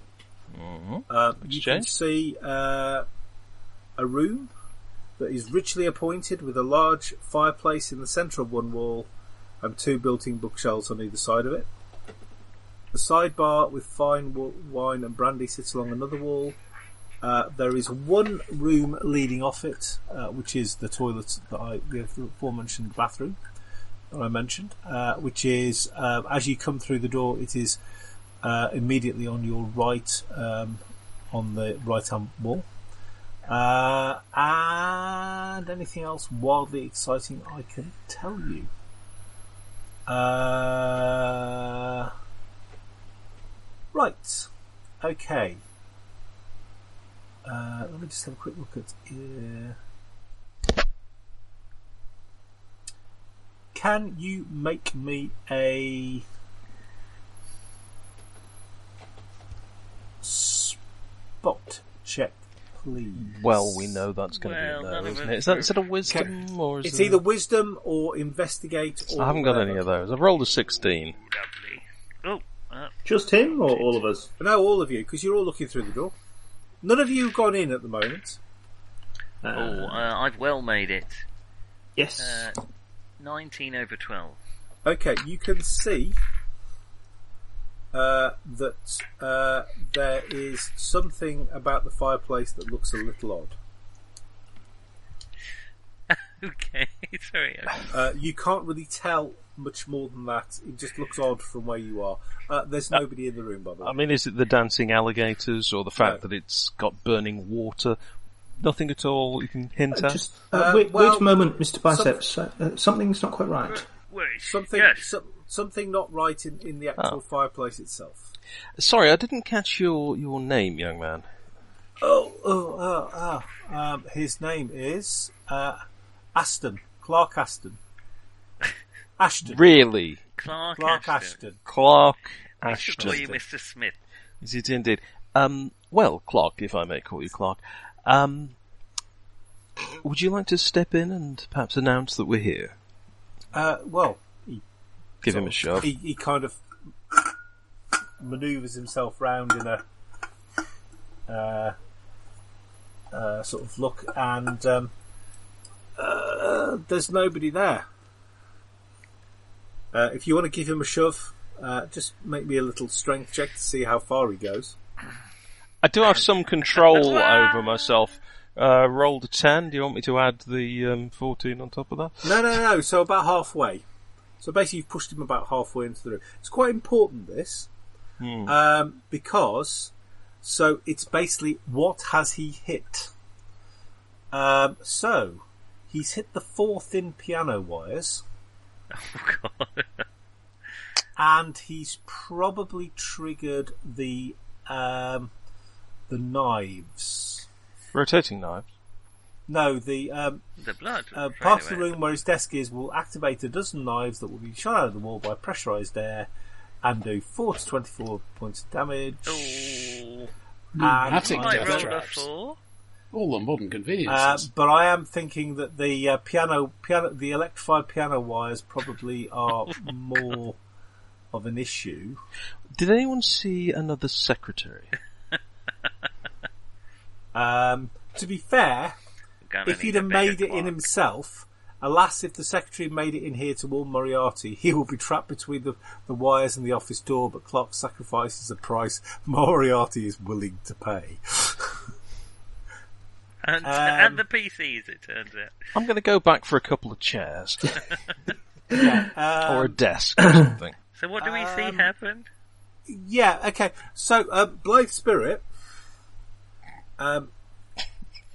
Uh, you can Exchange. see uh, a room that is richly appointed with a large fireplace in the centre of one wall and two built-in bookshelves on either side of it. The sidebar with fine w- wine and brandy sits along another wall. Uh, there is one room leading off it, uh, which is the toilet that I, the aforementioned bathroom that I mentioned, uh, which is uh, as you come through the door, it is uh, immediately on your right, um, on the right-hand wall. Uh, and anything else wildly exciting I can tell you? Uh, right. Okay. Uh, let me just have a quick look at. Uh, can you make me a spot check, please? Well, we know that's going to Well, be a none no, of isn't it- it? Is that, is that a wisdom or is It's it either wisdom or investigate. Or I haven't got any of those. I've rolled a 16. Lovely. Oh, uh, Just him or all of us? No, all of you, because you're all looking through the door. None of you have gone in at the moment. Uh, oh, uh, I've well made it. yes. Uh, 19 over 12. Okay, you can see uh, that uh, there is something about the fireplace that looks a little odd. Okay, sorry. Uh, you can't really tell much more than that. It just looks odd from where you are. Uh, there's nobody in the room, by the way. I mean, is it the dancing alligators or the No. fact that it's got burning water? Nothing at all you can hint at? Just uh, Uh, wait, well, wait a moment, Mr. Biceps. Uh, uh, something's not quite right. Wait, something, Yes. some, something not right in, in the actual fireplace itself. Sorry, I didn't catch your, your name, young man. Oh, oh, oh, oh. Um, his name is uh, Aston Clark Aston Ashton Really? Clark, Clark Ashton. Ashton. Clark I should call you Ashton. Mr. Smith. Is it indeed? Um, well, Clark, if I may call you Clark, um, would you like to step in and perhaps announce that we're here? Uh, well, Give him a shove. he, he kind of manoeuvres himself round in a uh, uh, sort of look, and um, uh, there's nobody there. Uh, if you want to give him a shove, uh, just make me a little strength check to see how far he goes. I do have some control over myself. Uh, rolled a 10. Do you want me to add the um, 14 on top of that? No, no, no. So about halfway. So basically, you've pushed him about halfway into the room. It's quite important this, um, because so it's basically what has he hit? Um, so he's hit the four thin piano wires, Oh, God. and he's probably triggered the um, the knives. Rotating knives. No, the um, the blood. Uh, straight part of the away. room where his desk is will activate a dozen knives that will be shot out of the wall by pressurized air and do 4 to 24 points of damage. Oh, Pneumatic I I death rolled a traps. four. All the modern Uh, conveniences. but I am thinking that the uh, piano, piano, the electrified piano wires probably are more of an issue. Did anyone see another secretary? Um, to be fair, Gonna if need he'd a have bigger made it clock. in himself, alas, if the secretary made it in here to warn Moriarty, he will be trapped between the, the wires and the office door, but Clark sacrifices a price Moriarty is willing to pay. and, um, and the PCs, it turns out. I'm going to go back for a couple of chairs. or a Um, desk or something. So what do we see um, happen? yeah, okay. So, uh, Blithe Spirit, um,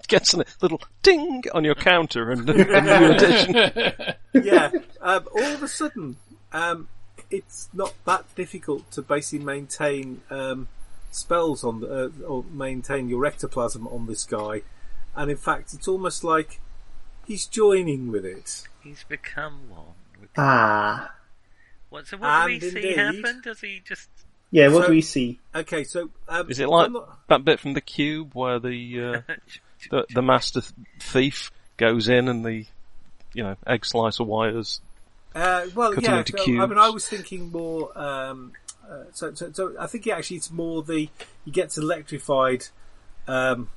Gets a little ding on your counter and, and new addition. yeah, um, all of a sudden, um, it's not that difficult to basically maintain um, spells on the, uh, or maintain your ectoplasm on this guy, and in fact, it's almost like he's joining with it. He's become one. Ah, What, so what do we And see indeed- happen? Does he just Yeah, what So- do we see? Okay, so um, Is it like I'm not- that bit from the cube where the uh, the, the master th- thief goes in and the you know egg slicer wires? Uh, well, Cut 'em yeah. into so, I mean, cubes. I was thinking more. Um, uh, so, so, so I think actually it's more the he gets electrified, um,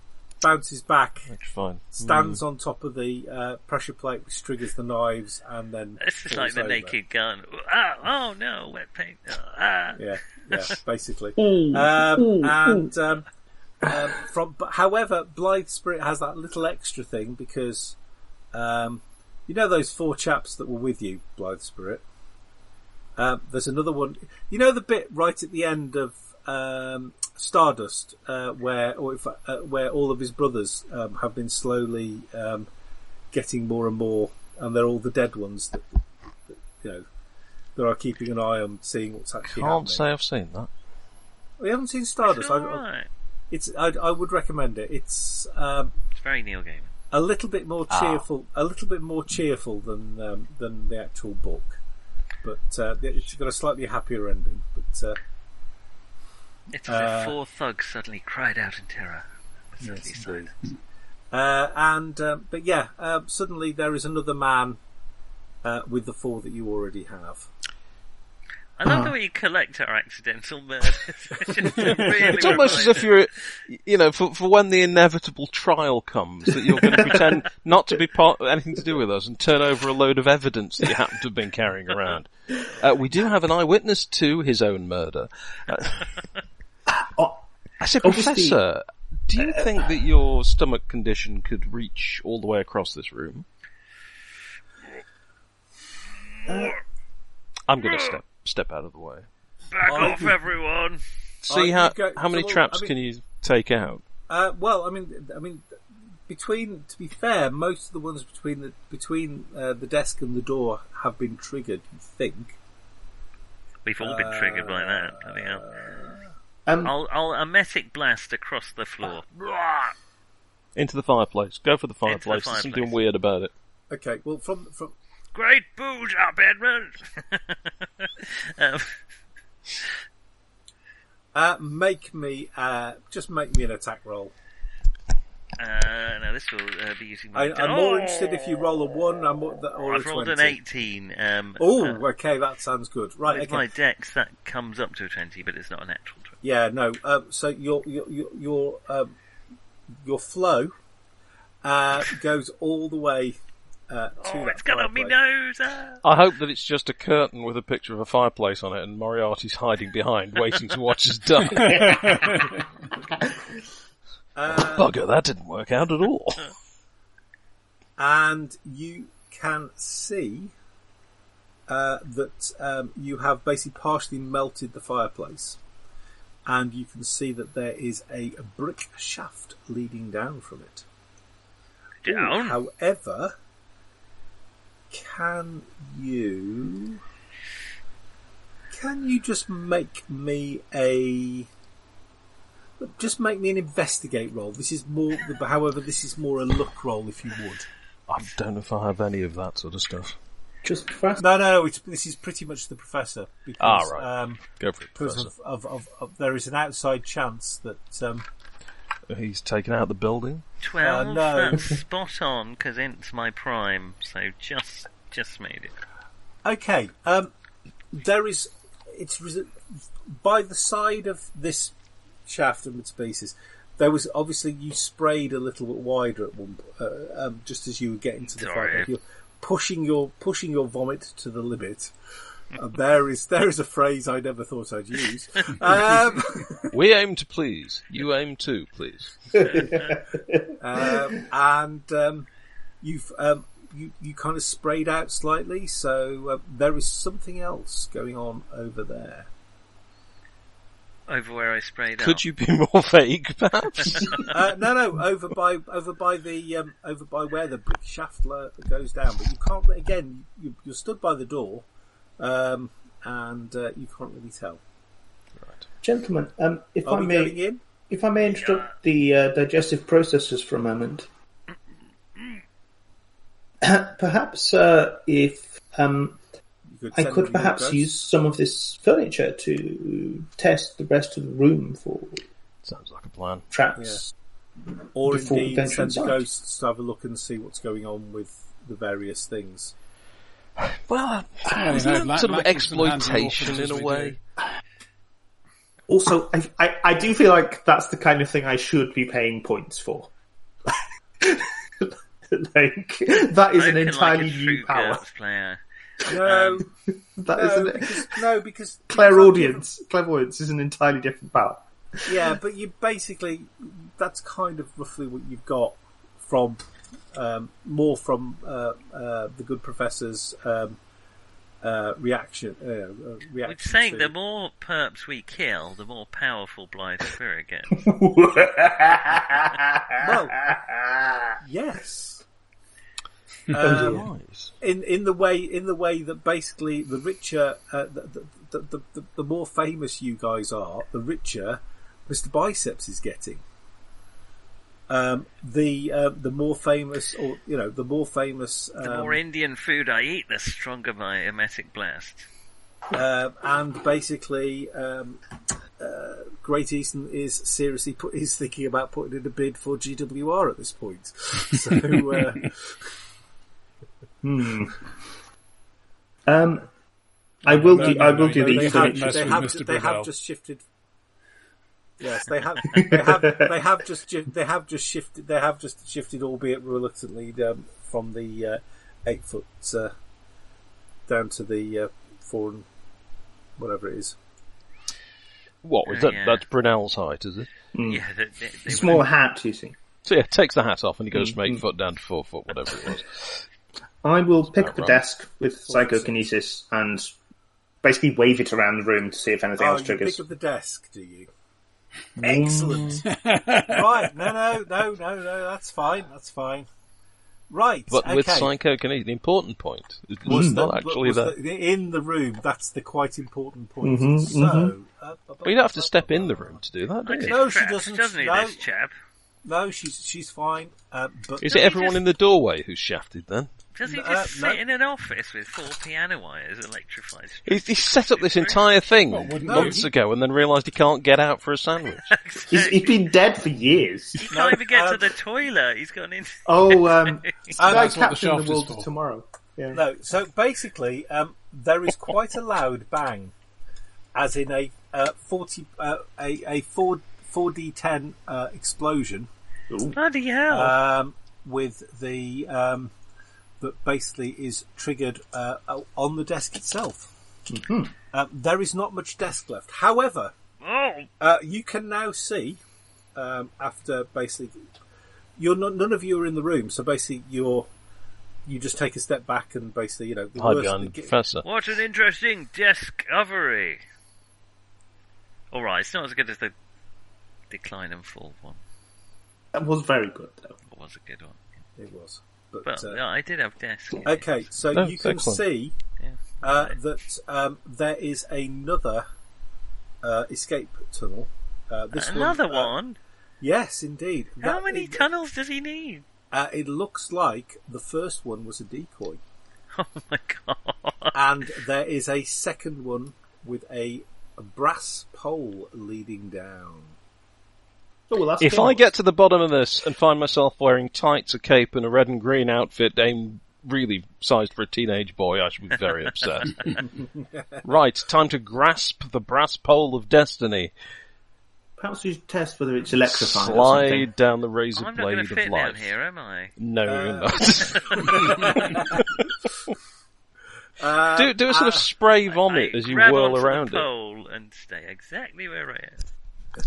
bounces back, Which fine. stands on top of the uh, pressure plate, which triggers the knives, and then This is falls like the over. naked gun. Ah, oh no, wet paint. Ah. Yeah, yeah, basically. um, and um, um, from, but however, Blythe Spirit has that little extra thing because um, you know those four chaps that were with you, Blythe Spirit. Um, there's another one. You know the bit right at the end of um, Stardust uh, where, or if, uh, where all of his brothers um, have been slowly um, getting more and more, and they're all the dead ones that, that, you know that are keeping an eye on seeing what's actually happening. Can't say I've seen that. We haven't seen It's Stardust. I, all I- right. it's I, I would recommend it. It's um, It's very Neil Gaiman. a little bit more Ah. cheerful, a little bit more cheerful than um, than the actual book, but uh, it's got a slightly happier ending. But uh, It's as Uh, if four thugs suddenly cried out in terror. Suddenly sighed. uh, and um, but yeah, um, suddenly there is another man uh, with the four that you already have. I love the way you collect our accidental murders. It's just really It's almost as if reminding- you're, you know, for, for when the inevitable trial comes, that you're going to pretend not to be part anything to do with us and turn over a load of evidence that you happen to have been carrying around. Uh, we do have an eyewitness to his own murder. Uh, Oh, I said, Obviously- Professor, do you think that your stomach condition could reach all the way across this room? I'm Hmm. going to step step out of the way. Back off, everyone! See you how go- how many well, traps I mean- can you take out? Uh, well, I mean, I mean, between to be fair, most of the ones between the between uh, the desk and the door have been triggered. You think? We've all been triggered by that. bloody hell. Um, I'll, I'll emetic blast across the floor. Into the fireplace. Go for the the fireplace. There's something fireplace. weird about it. Okay. Well, from from Great booze up, Edmund! um, Uh, make me uh, just make me an attack roll. uh, now this will uh, be using my. I, I'm more Oh! interested if you roll a one. I'm more, or a I've rolled 20. an 18. Um, Oh, uh, okay, that sounds good. Right, with okay. my dex, that comes up to a 20, but it's not an actual 20. Yeah, no. Uh, so your your your your, um, your flow uh, goes all the way uh, to. Oh, that it's got on me fireplace. nose! Ah. I hope that it's just a curtain with a picture of a fireplace on it and Moriarty's hiding behind waiting to watch us die. Bugger, that didn't work out at all. and you can see uh, that um, you have basically partially melted the fireplace, and you can see that there is a brick shaft leading down from it. Down! However, can you can you just make me a just make me an investigate roll? This is more, however, this is more a look roll, if you would. I don't know if I have any of that sort of stuff. just fast. No, no, it's, this is pretty much the professor because Ah, right. um, Go for it, because Professor. of, of, of, of there is an outside chance that um, He's taken out the building. 12, Uh, no. that's spot on, because it's my prime, so just just made it. Okay. Um, there is. It's res- by the side of this shaft and its bases. There was obviously you sprayed a little bit wider at one, po- uh, um, just as you were getting to the Sorry. fire. You're pushing your pushing your vomit to the limit. And there is there is a phrase I never thought I'd use. Um, We aim to please. You aim to please. um, and um, you've um, you you kind of sprayed out slightly, so uh, there is something else going on over there. Over where I sprayed out. Could you be more vague, perhaps? Uh, no, no, over by over by the um, over by where the brick shaft lo- goes down. But you can't re- again. You, you're stood by the door, um, and uh, you can't really tell. Gentlemen, um, if Are I we may, going in? if I may interrupt the uh, digestive processes for a moment, perhaps uh, if um, You could. I send could them your perhaps address. use some of this furniture to test the rest of the room for Sounds like a plan. traps. or before indeed venture send the inside. ghosts to have a look and see what's going on with the various things. Well, Well, you know, isn't that lack- sort of lack is the hands of exploitation orphanages in a we do. way? Also, I, I, I do feel like that's the kind of thing I should be paying points for. like that is an Spoken entirely like a new true power. GURPS player. No, That is no, an because, no, because clairaudience. Clairvoyance is an entirely different power. Yeah, but you basically that's kind of roughly what you've got from um, more from uh, uh, the good professor's um, uh, reaction. Uh, uh, I reaction. would say to- the more perps we kill, the more powerful Blythe Spirit gets. Um, Well, yes. Um, Nice. in in the way in the way that basically the richer uh, the, the, the, the the more famous you guys are, the richer Mr. Biceps is getting. Um, the uh, the more famous, or you know, the more famous, um, The more Indian food I eat, the stronger my emetic blast. uh, and basically, um, uh, Great Eastern is seriously put, is thinking about putting in a bid for GWR at this point. So uh, Um, I will. No, de- no, I no, will no, do no, the they Eastern have, interest they with have, Mr. they have Brunel. just shifted. Yes, they have. They have. they have just. gi- They have just shifted. They have just shifted, albeit reluctantly, um, from the uh, eight foot uh, down to the uh, four and whatever it is. What was Oh, that? yeah. That's Brunel's height, is it? hmm. Yeah, they, they, they small hat. You see, So yeah, takes the hat off and he goes from Mm-hmm. eight foot down to four foot, whatever it was. I will pick up a wrong. desk with psychokinesis and basically wave it around the room to see if anything Oh, else you pick triggers. up the desk, do you? Excellent. right. No, no, no, no, no. That's fine. That's fine. Right. But with okay. psychokinesis, the important point is Was not the- actually was that. the- in the room. That's the quite important point. Mhm, so, mhm. uh, But you don't have to step in the room to do that, do But you? he's No, she trapped, doesn't. Doesn't he, No. this chap? No, she's she's fine. Uh, but Is No, it he everyone just- in the doorway who's shafted then? Does he Uh, just no. sit in an office with four piano wires electrified? He's, he's set up this entire thing Well, wouldn't months you? ago and then realised he can't get out for a sandwich. He's, he's been dead for years. He No, can't even get uh, to the toilet. He's gone in. Oh, um, I that's what the captain shaft the is world for. of tomorrow. Yeah. no. So basically, um, there is quite a loud bang, as in a uh, forty uh, a a four four d ten uh, explosion Oh. Bloody hell! um, with the um, that basically is triggered uh, on the desk itself. Mm-hmm. Um, there is not much desk left. However, oh, Uh, you can now see um, after basically you're not, none of you are in the room, so basically you're you just take a step back and basically you know the Hide worst behind the that ge- professor. what an interesting discovery! All right, it's not as good as the decline and fall one. That was very good though. It was a good one, it was. But, but uh, no, I did have desk. in it. okay, so No, you can excellent. see Yeah. uh, that um, there is another uh, escape tunnel. Uh, this Another uh, one. yes, indeed. How That- many it- tunnels does he need? uh, it looks like the first one was a decoy. Oh my god! and there is a second one with a, a brass pole leading down. Oh, well, that's If good. I get to the bottom of this and find myself wearing tights, a cape and a red and green outfit aimed really sized for a teenage boy, I should be very upset. right, time to grasp the brass pole of destiny. perhaps we should test whether it's electrified. or something. Slide down the razor I'm not blade going to fit of down life. here, am I? No, you're Uh, not. Uh, do, do a sort of spray vomit I as you grab whirl onto the around it. pole and stay exactly where I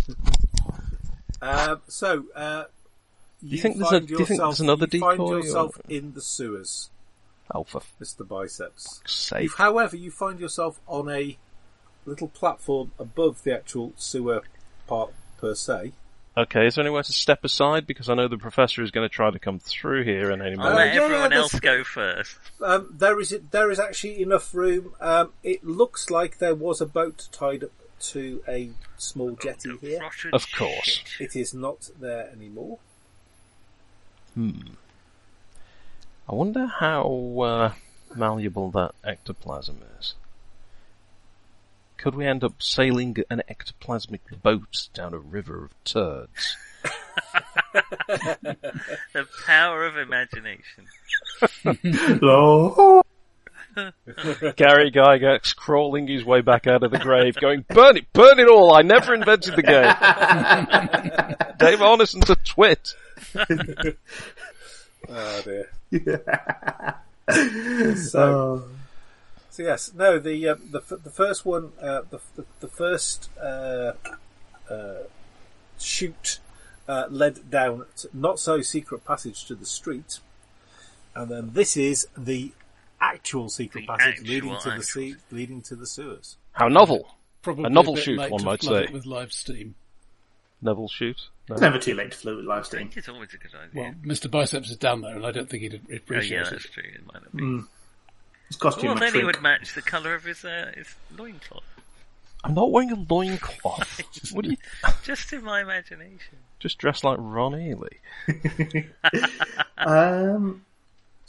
am. uh, so, uh, you, think there's a- find do you think yourself- there's another you find decoy or- yourself in the sewers, Oh, for f- Mr. Biceps. sake. However, you find yourself on a little platform above the actual sewer part per se. Okay, is there anywhere to step aside? Because I know the professor is going to try to come through here in any Uh, I'll moment. let yeah, everyone that's- else go first. Um, there is there is actually enough room. Um, it looks like there was a boat tied up to a small jetty here. Rotten Of course. shit. It is not there anymore. I wonder how uh, malleable that ectoplasm is. Could we end up sailing an ectoplasmic boat down a river of turds? The power of imagination. Lord. Gary Gygax crawling his way back out of the grave, going, burn it, burn it all, I never invented the game. Dave Arneson's a twit. Oh dear. Oh. So yes, no. The uh, the f- the first one, uh, the, the the first uh, uh, chute uh, led down t- not so secret passage to the street, and then this is the actual secret The passage actual, leading to the actual. sea, leading to the sewers. How novel. Probably A novel bit shoot, late one to might flood it say. with live steam. Neville shoot. No. It's never too late to float with live I steam. think it's always a good idea. Well, Mr. Biceps is down there, and I don't think he'd oh, yeah, appreciate that's it. true. It might not be. Mm, It's cost too Well, much then he drink. would match the colour of his, uh, his loincloth. I'm not wearing a loincloth. what do you, Just in my imagination. just dress like Ron Ely. Um,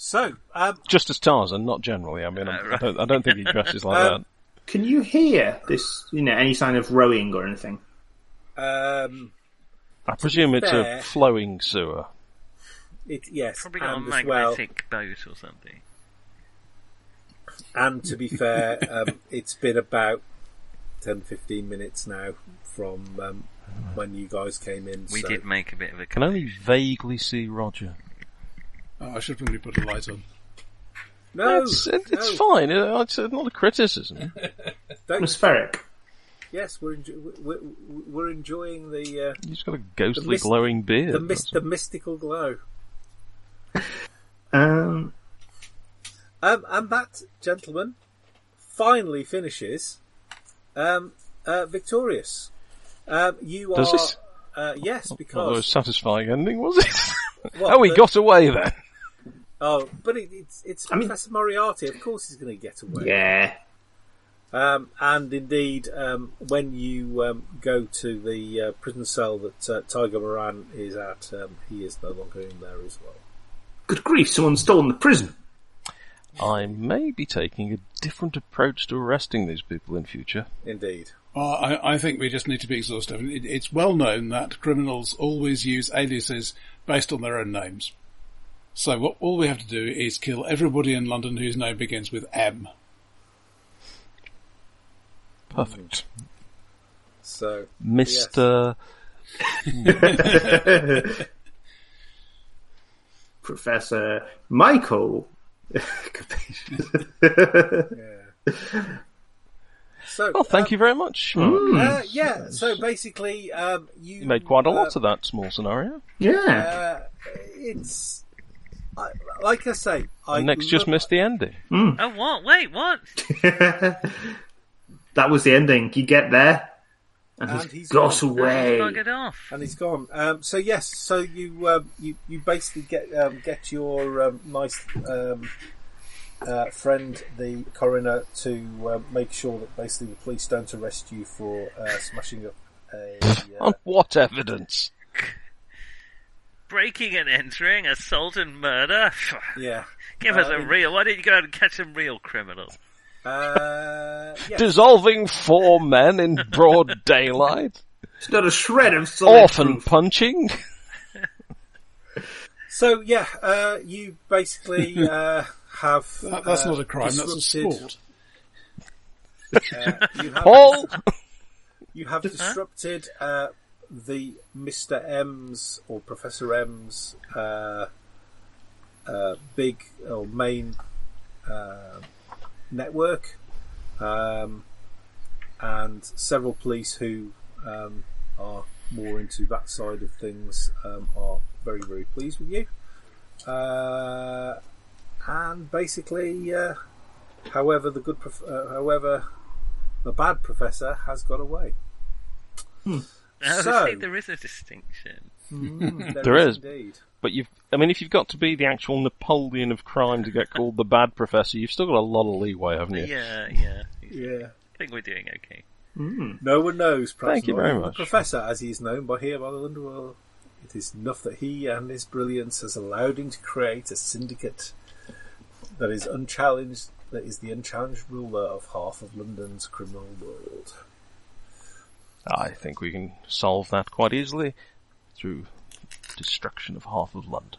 So um, Just as Tarzan, not generally. I mean, I'm- Uh, right. I, don't, I don't think he dresses like Um, that. can you hear this? You know, any sign of rowing or anything? um, I presume it's fair- a flowing sewer. it yes, Probably got a and as well, magnetic boat or something. and to be fair, um, it's been about 10, 15 minutes now from um, when you guys came in. We so did make a bit of a. Can only vaguely see Roger. Oh, I should probably put a light on. No, it's it- it's no, fine. Uh, It's not a criticism. don't- Atmospheric. Yes, we're enjo- we're, we're- we're enjoying the uh, You've just got a ghostly The mist- glowing beard. the, mys- the mystical glow, Um, um, and that gentleman finally finishes um, uh, victorious. Um, you Does are this- Oh, Uh, yes, Although a because satisfying ending, was it? What, oh, he the- got away then. oh, but it, it's it's I mean- Professor Moriarty. Of course, he's going to get away. yeah. Um, and indeed, um, when you um, go to the uh, prison cell that uh, Tiger Moran is at, um, he is no longer in there as well. Good grief, someone's stolen the prison. I may be taking a different approach to arresting these people in future. Indeed. Oh, I, I think we just need to be exhaustive. It, it's well known that criminals always use aliases based on their own names. So what all we have to do is kill everybody in London whose name begins with M. Mm. Perfect. So, Mr. Professor Michael. so Well, Oh, thank um, you very much. Uh, yeah, so basically, um, you, You made quite a lot uh, of that small scenario. Yeah. Uh, it's I, like I say, I And Nick's just love- missed the ending. Oh, what? Wait, what? that was the ending. You get there, and, And he's he's got gone. away. Buggered off. and he's gone. Um, so yes, so you um, you you basically get um, get your um, nice um, uh, friend, the coroner, to um, make sure that basically the police don't arrest you for uh, smashing up a. Uh, On what evidence? Breaking and entering, assault and murder. yeah. Give us a real. Why didn't you go out and catch some real criminals? Uh, yeah. Dissolving four men in broad daylight? It's not a shred of solid Orphan proof. punching? So yeah, uh, you basically uh, have That, that's uh, not a crime, that's a disrupted- uh, sport. You have Paul! You have disrupted uh, the Mr. M's or Professor M's uh, uh, big or main uh, network, um, and several police who um, are more into that side of things um, are very, very pleased with you. Uh, and basically, uh, however, the good, prof- uh, however, the bad professor has got away. Oh, So- see, there is a distinction. There is. indeed. But you've, I mean, if you've got to be the actual Napoleon of crime to get called the bad professor, you've still got a lot of leeway, haven't you? Yeah, yeah. Yeah. I think we're doing okay. No one knows. Perhaps Thank you not very even the much. Professor, as he is known by here by the Underworld, it is enough that he and his brilliance has allowed him to create a syndicate that is unchallenged, that is the unchallenged ruler of half of London's criminal world. I think we can solve that quite easily through destruction of half of London.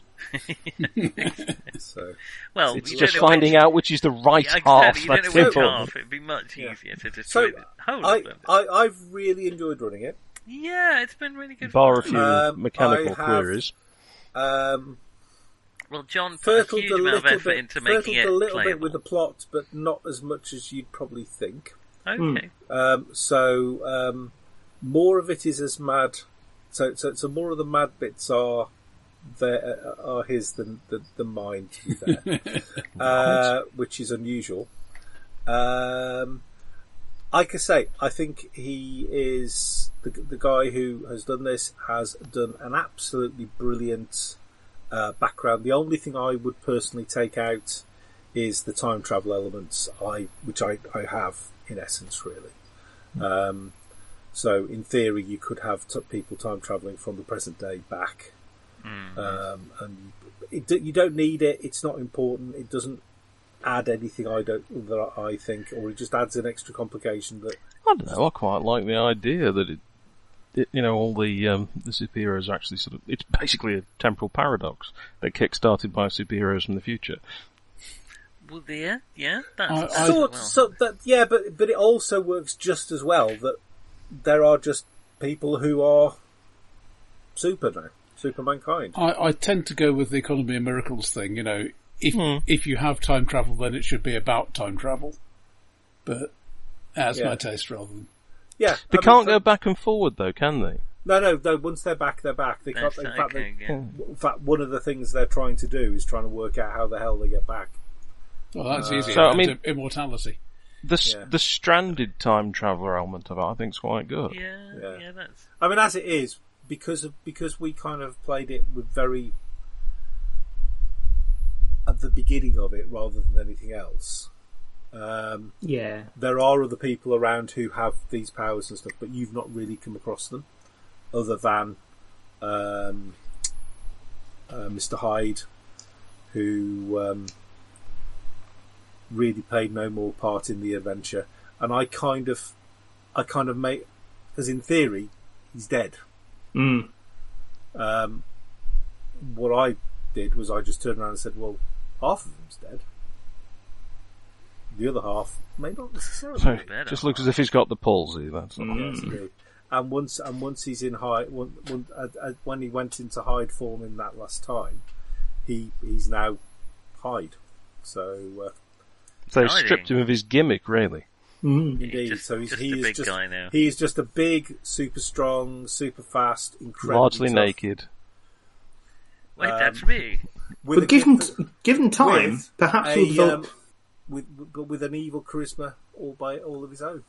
So, Well, It's you just don't know finding which- out which is the right Yeah, half. exactly. That's You don't know the which problem. half. It'd be much easier to destroy so the whole I, of them. I, I've really enjoyed running it. Yeah, it's been really good. Bar a fun. few Um, mechanical I have- queries. Um, Well, John put a fertled huge a amount of little effort bit, into making fertled it a little bit playable. with the plot, but not as much as you'd probably think. Okay. Um, so um, more of it is as mad. So, so, so more of the mad bits are there uh, are his than than, than mine to be there, uh, which is unusual. Um, like I say, I think he is the, the guy who has done this has done an absolutely brilliant uh, background. The only thing I would personally take out is the time travel elements I which I, I have in essence really. Um, so in theory, you could have t- people time traveling from the present day back, um, and it, d- you don't need it. It's not important. It doesn't add anything. I don't that I think, or it just adds an extra complication that I don't know. I quite like the idea that it, it you know, all the um, the superheroes are actually sort of. It's basically a temporal paradox that kick-started by superheroes from the future. Well, there. Yeah, that's I- that's sort Oh, well. so that yeah, but but it also works just as well that there are just people who are super now, super mankind. I, I tend to go with the economy of miracles thing. You know, if Hmm. if you have time travel, then it should be about time travel. But that's Yeah. my taste rather than Yeah, I They mean, can't for- go back and forward though, can they? No, no, no. Once they're back, they're back. They can't. That's In okay, fact, they, yeah. Hmm. in fact, one of the things they're trying to do is trying to work out how the hell they get back. well, that's easy. So, I After mean- immortality. The s Yeah. the stranded time traveler element of it, I think's quite good. Yeah, Yeah. yeah, that's I mean, as it is, because of because we kind of played it with very at the beginning of it rather than anything else. Um, Yeah. there are other people around who have these powers and stuff, but you've not really come across them, other than um, uh, Mr. Hyde, who um, really played no more part in the adventure. And I kind of, I kind of make, as in theory, he's dead. Mm. Um, what I did was I just turned around and said, "Well, half of them's dead. The other half may not necessarily." So Better. just looks as if he's got the palsy. That's all. Yes, indeed. And once and once he's in hide, when, when, uh, uh, when he went into hide form in that last time, he he's now hide. So uh, So they stripped him of his gimmick, really. Mm. indeed, just- so he's just he a is big just guy now. he is just a big, super strong, super fast, incredibly Largely tough- naked. Wait, that's Um, me. with But a given gift- given time, with perhaps a, we'll develop. um, with but with an evil charisma all by all of his own.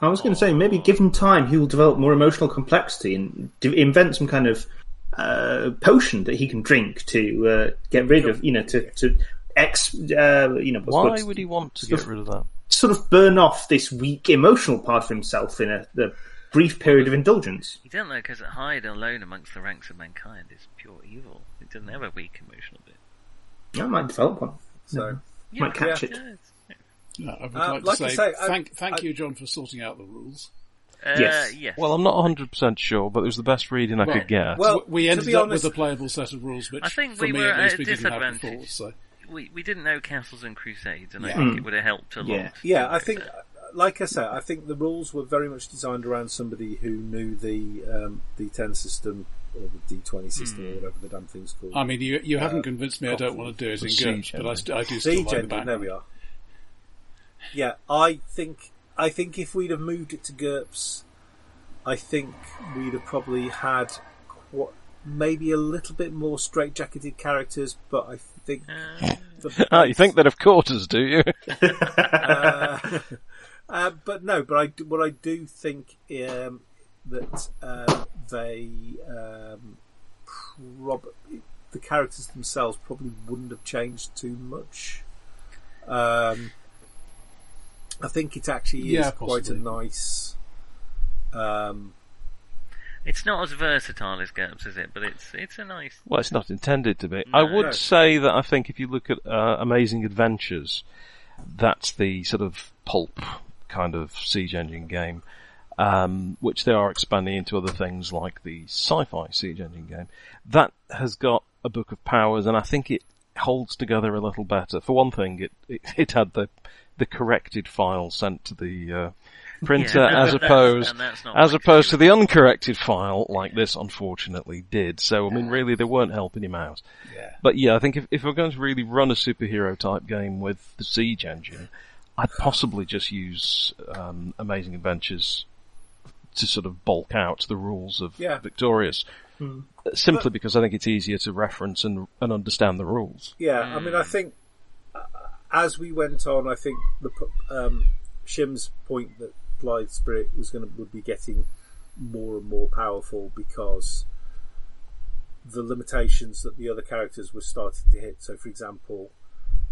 I was going to say maybe given time, he will develop more emotional complexity and d- invent some kind of uh, potion that he can drink to uh, get rid of, you know, to to ex, uh, you know, what's- Why what's- would he want to get rid of that? sort of burn off this weak emotional part of himself in a the brief period of indulgence. You don't know because hide alone amongst the ranks of mankind is pure evil. It doesn't have a weak emotional bit. That might develop one. So. Yeah, Might catch yeah, it. it's- No, I would Uh, like, like to I say, say, I- thank, thank I- you, John, for sorting out the rules. Uh, Yes. yes. Well, I'm not 100% sure, but it was the best reading I Well, could get. well- W- we to ended be up honest- with a playable set of rules, which I think for we me were at at least a we didn't have before. disadvantage. So we we didn't know castles and crusades, and I Yeah. think it Mm. would have helped a lot. Yeah. Yeah, I think, like I said, I think the rules were very much designed around somebody who knew the um, the ten system or the D twenty system or whatever the damn thing's called. I mean, you you haven't convinced me. I don't want to do it in GURPS, siege but I, st- I do still like siege the engine. There background. we are. Yeah, I think I think if we'd have moved it to GURPS, I think we'd have probably had qu- maybe a little bit more straitjacketed characters, but I think the Ah, you think that of quarters, do you? Uh, but no, but I do- what I do think um, that um they um, prob- the characters themselves probably wouldn't have changed too much. Um, I think it actually is Yeah, quite a possibly. nice. Um, It's not as versatile as GURPS, is it? But it's it's a nice. Well, it's not intended to be. I would say that I think if you look at uh, Amazing Adventures, that's the sort of pulp kind of siege engine game, um, which they are expanding into other things like the sci-fi siege engine game. That has got a book of powers, and I think it holds together a little better. For one thing, it it, it had the the corrected file sent to the uh, printer Yeah, as and that's- opposed and that's not as linked opposed to to the uncorrected file like this unfortunately did. So I mean really they weren't helping him out. Yeah. But yeah, I think if, if we're going to really run a superhero type game with the siege engine, I'd possibly just use um, Amazing Adventures to sort of bulk out the rules of Yeah. Hmm. Victorious. Simply because I think it's easier to reference and, and understand the rules. Yeah, I mean, I think uh, as we went on, I think the p- um, Shim's point that Blithe Spirit was going to would be getting more and more powerful because the limitations that the other characters were starting to hit. So, for example,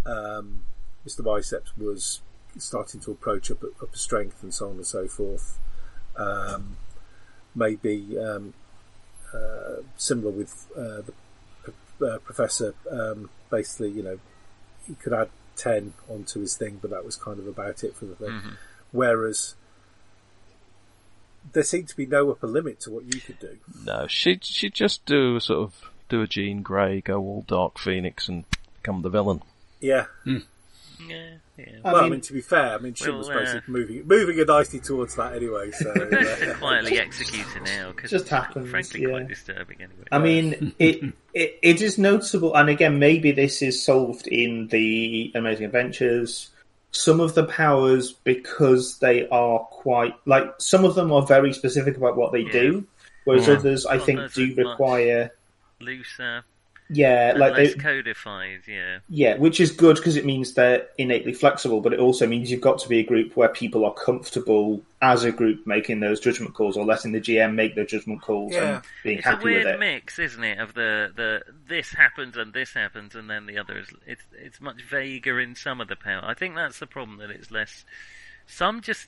um, Mr. Biceps was starting to approach upper, upper strength and so on and so forth. Um, maybe um, uh, similar with uh, the uh, professor um, basically, you know, he could add 10 onto his thing, but that was kind of about it for the thing. Mm-hmm. Whereas there seemed to be no upper limit to what you could do. No, she'd, she'd just do a sort of, do a Jean Grey, go all Dark Phoenix and become the villain. Yeah. Yeah, yeah. I well, I mean- mean, to be fair, I mean, Shin Well, was uh, basically moving, moving a nicely towards that anyway, so. They're uh, quietly executed now because Just happens, Frankly, yeah. Um, quite disturbing anyway. I mean, it, it it is noticeable, and again, maybe this is solved in the Amazing Adventures. Some of the powers, because they are quite like some of them are very specific about what they do, whereas others, I think, Others do are much- require looser, yeah, and like less they, codified. Yeah, yeah, which is good because it means they're innately flexible, but it also means you've got to be a group where people are comfortable as a group making those judgment calls or letting the GM make their judgment calls Yeah. and being it's a happy with weird it. mix, isn't it? Of the, the this happens and this happens and then the other is it's it's much vaguer in some of the power. I think that's the problem that it's less. Some just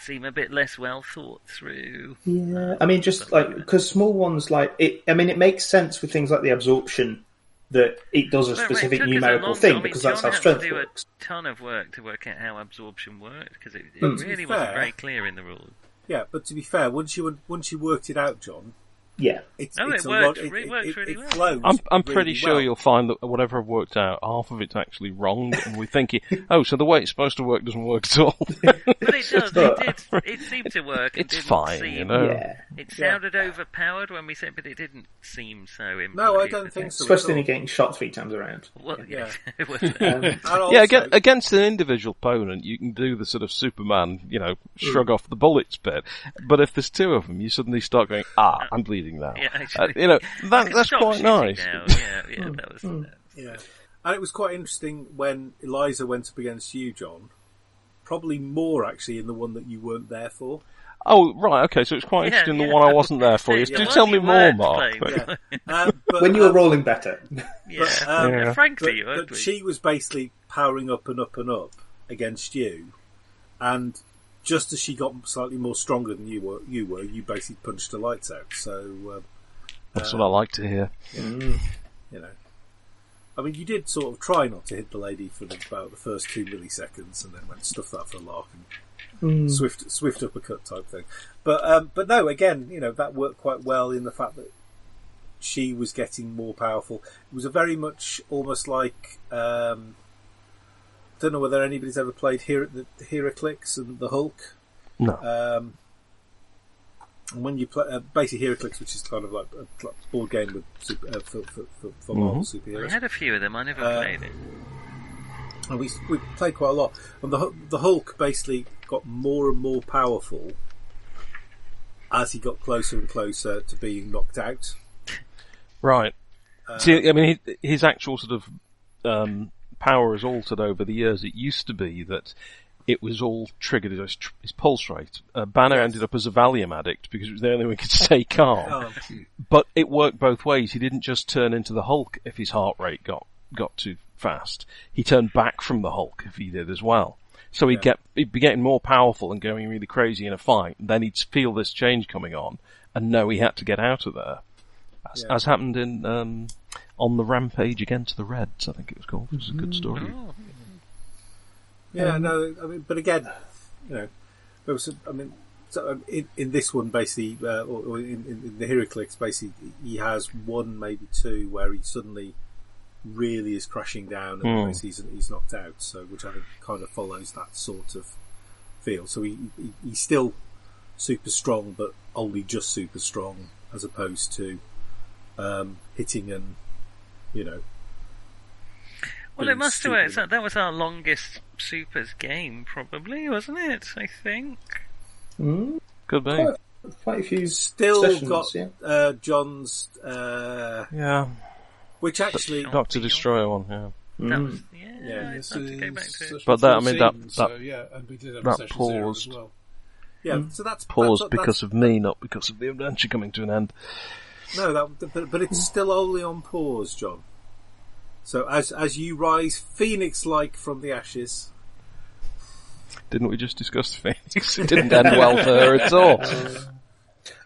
seem a bit less well thought through. Yeah, I mean, just like because small ones like it. I mean, it makes sense with things like the absorption that it does a Well, it specific took us a numerical long thing time. I mean, because that's John how had strength to do works. a ton of work to work out how absorption worked because it, it Mm. really To be wasn't fair- very clear in the rules. yeah, but to be fair, once you once you worked it out, John, Yeah, it's, No, it's it a lot. worked re- worked really well. flows I'm, I'm really pretty sure well. you'll find that whatever I've worked out, half of it's actually wrong, and we think, it, oh, so the way it's supposed to work doesn't work at all. But it does. It did. It seemed to work. It it's didn't fine, seem, you know. yeah. It sounded overpowered when we said, but it didn't seem so. No, I improved, don't did think it? so. at Especially when all. you're getting shot three times around. Well, yeah, Yeah. it was that. And Yeah, also- against, against an individual opponent, you can do the sort of Superman, you know, shrug Mm. off the bullets bit. But if there's two of them, you suddenly start going, ah, I'm bleeding now. Yeah, Uh, actually. you know, I that, that's stopped quite shooting nice. now. Yeah, Hmm. yeah, that was. Yeah. And it was quite interesting when Eliza went up against you, John. Probably more actually in the one that you weren't there for. Oh, right, okay, so it's quite Yeah, interesting yeah. the one I wasn't there for. You Yeah, do well, tell you me more, weren't Mark. playing. Yeah. Uh, but, When you were um, rolling better, Yeah. um, Yeah, Yeah. frankly, but, you but weren't we? she was basically powering up and up and up against you, and just as she got slightly more stronger than you were, you were you basically punched the lights out. So uh, That's what I like to hear. you know, I mean, you did sort of try not to hit the lady for the, about the first two milliseconds, and then went stuff that for a lark and swift swift uppercut type thing. But um, but no, again, you know that worked quite well in the fact that she was getting more powerful. It was a very much almost like um, don't know whether anybody's ever played here the Heraclix and the Hulk. No. Um, and when you play uh, basically Heraclix, which is kind of like a cl- board game with super, uh, for, for, for, for Marvel We superheroes, had a few of them. I never Uh, played it. and we we played quite a lot. And the Hu- the Hulk basically got more and more powerful as he got closer and closer to being knocked out. Right. Uh, See, I mean, uh, hi- his actual sort of um, power has altered over the years. It used to be that it was all triggered at his, tr- his pulse rate. Uh, Banner ended up as a Valium addict because it was the only one who could stay calm. Oh, Um, But it worked both ways. He didn't just turn into the Hulk if his heart rate got got too fast. He turned back from the Hulk if he did as well. So he'd get he'd be getting more powerful and going really crazy in a fight. And then he'd feel this change coming on, and know he had to get out of there. As, as happened in um, on the rampage again to the Reds, I think it was called. It was a good story. Oh. Yeah, no, I mean, but again, you know, there was, some- I mean, so um, in, in this one, basically, uh, or, or in, in, in the Heraclix, basically, he has one, maybe two, where he suddenly really is crashing down, and Hmm. basically he's, he's knocked out. So, which I think kind of follows that sort of feel. So he, he he's still super strong, but only just super strong, as opposed to um, hitting and you know. Well, being it must have stupid. worked. out. That was our longest supers game, probably, wasn't it? I think. Could be. Quite, quite a few. Still sessions, got yeah. uh, John's, uh, Yeah, which actually Doctor Destroyer one. Yeah, That was, yeah, Yeah, I'd This have to go back is to it. session But that- I mean, that- 14, that- so, yeah, and we did have a that session zero as paused. well. Yeah, so that's paused that's- because of me, not because of the adventure coming to an end. that's- no, that, but, but it's still only on pause, John. So as as you rise phoenix-like from the ashes, Didn't we just discuss Phoenix? It didn't end well for her at all.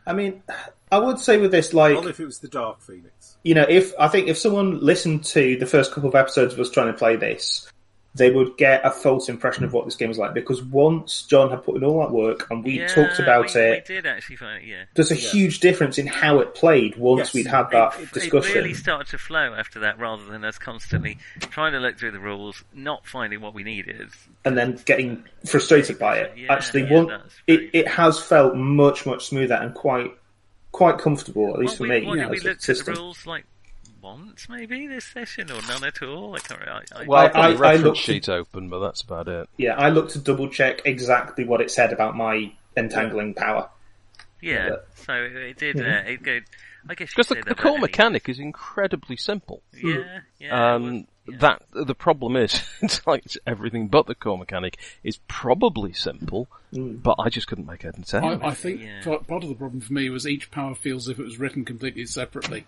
I mean, I would say with this, like, not if it was the dark phoenix. you know, if I think if someone listened to the first couple of episodes of us trying to play this, they would get a false impression of what this game is like because once John had put in all that work and we Yeah, talked about we- it, We did actually find it. Yeah, there's a huge difference in how it played once Yes. we'd had that It- it- it discussion. It really started to flow after that, rather than us constantly trying to look through the rules, not finding what we needed. and then getting frustrated by it. Yeah, Actually, yeah, one, that's it, very- it has felt much much smoother and quite quite comfortable, at least Well, for we, me. what, you know, did we as a looked at the system. rules like once, maybe this session, or none at all. I can't. remember. I, I, Well, I've got I- the I reference looked- sheet open, but that's about it. Yeah, I looked to double check exactly what it said about my entangling power. yeah. So it, it did. Uh, it go. I guess you Because the, said the about core any- mechanic is incredibly simple. Yeah, yeah. it was- Um, yeah. that the problem is, it's like it's everything but the core mechanic is probably simple, but I just couldn't make head and tail. of it. I, I think Yeah. part part of the problem for me was each power feels as if it was written completely separately.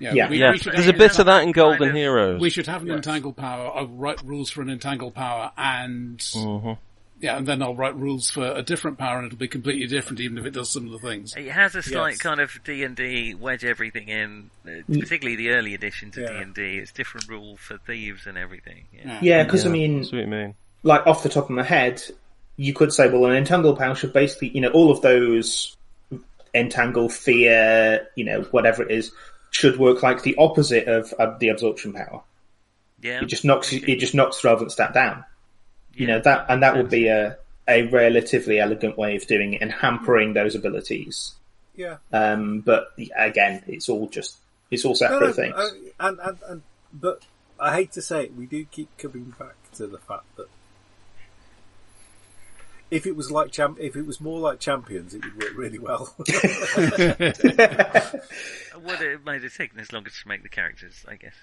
Yeah. we, yeah, we should there's a have- bit of that in Golden kind of- Heroes. We should have an entangled power. I'll write rules for an entangled power, and Mm-hmm. yeah, and then I'll write rules for a different power, and it'll be completely different, even if it does similar things. It has a slight Yes. kind of D and D wedge everything in, uh, particularly the early editions of D Yeah. and D. It's different rule for thieves and everything. Yeah. Yeah, because Yeah, I mean, that's what you mean. like off the top of my head, you could say, well, an entangle power should basically, you know, all of those entangle, fear, you know, whatever it is, should work like the opposite of uh, the absorption power. yeah. It just knocks, it just knocks the relevant stat down. you know that and that would be a a relatively elegant way of doing it and hampering those abilities Yeah, um but again it's all just it's all No, separate no, things I- and, and, and but I hate to say it, we do keep coming back to the fact that if it was like champ, if it was more like champions, it would work really well. Would uh, it might have taken as long as to make the characters, I guess.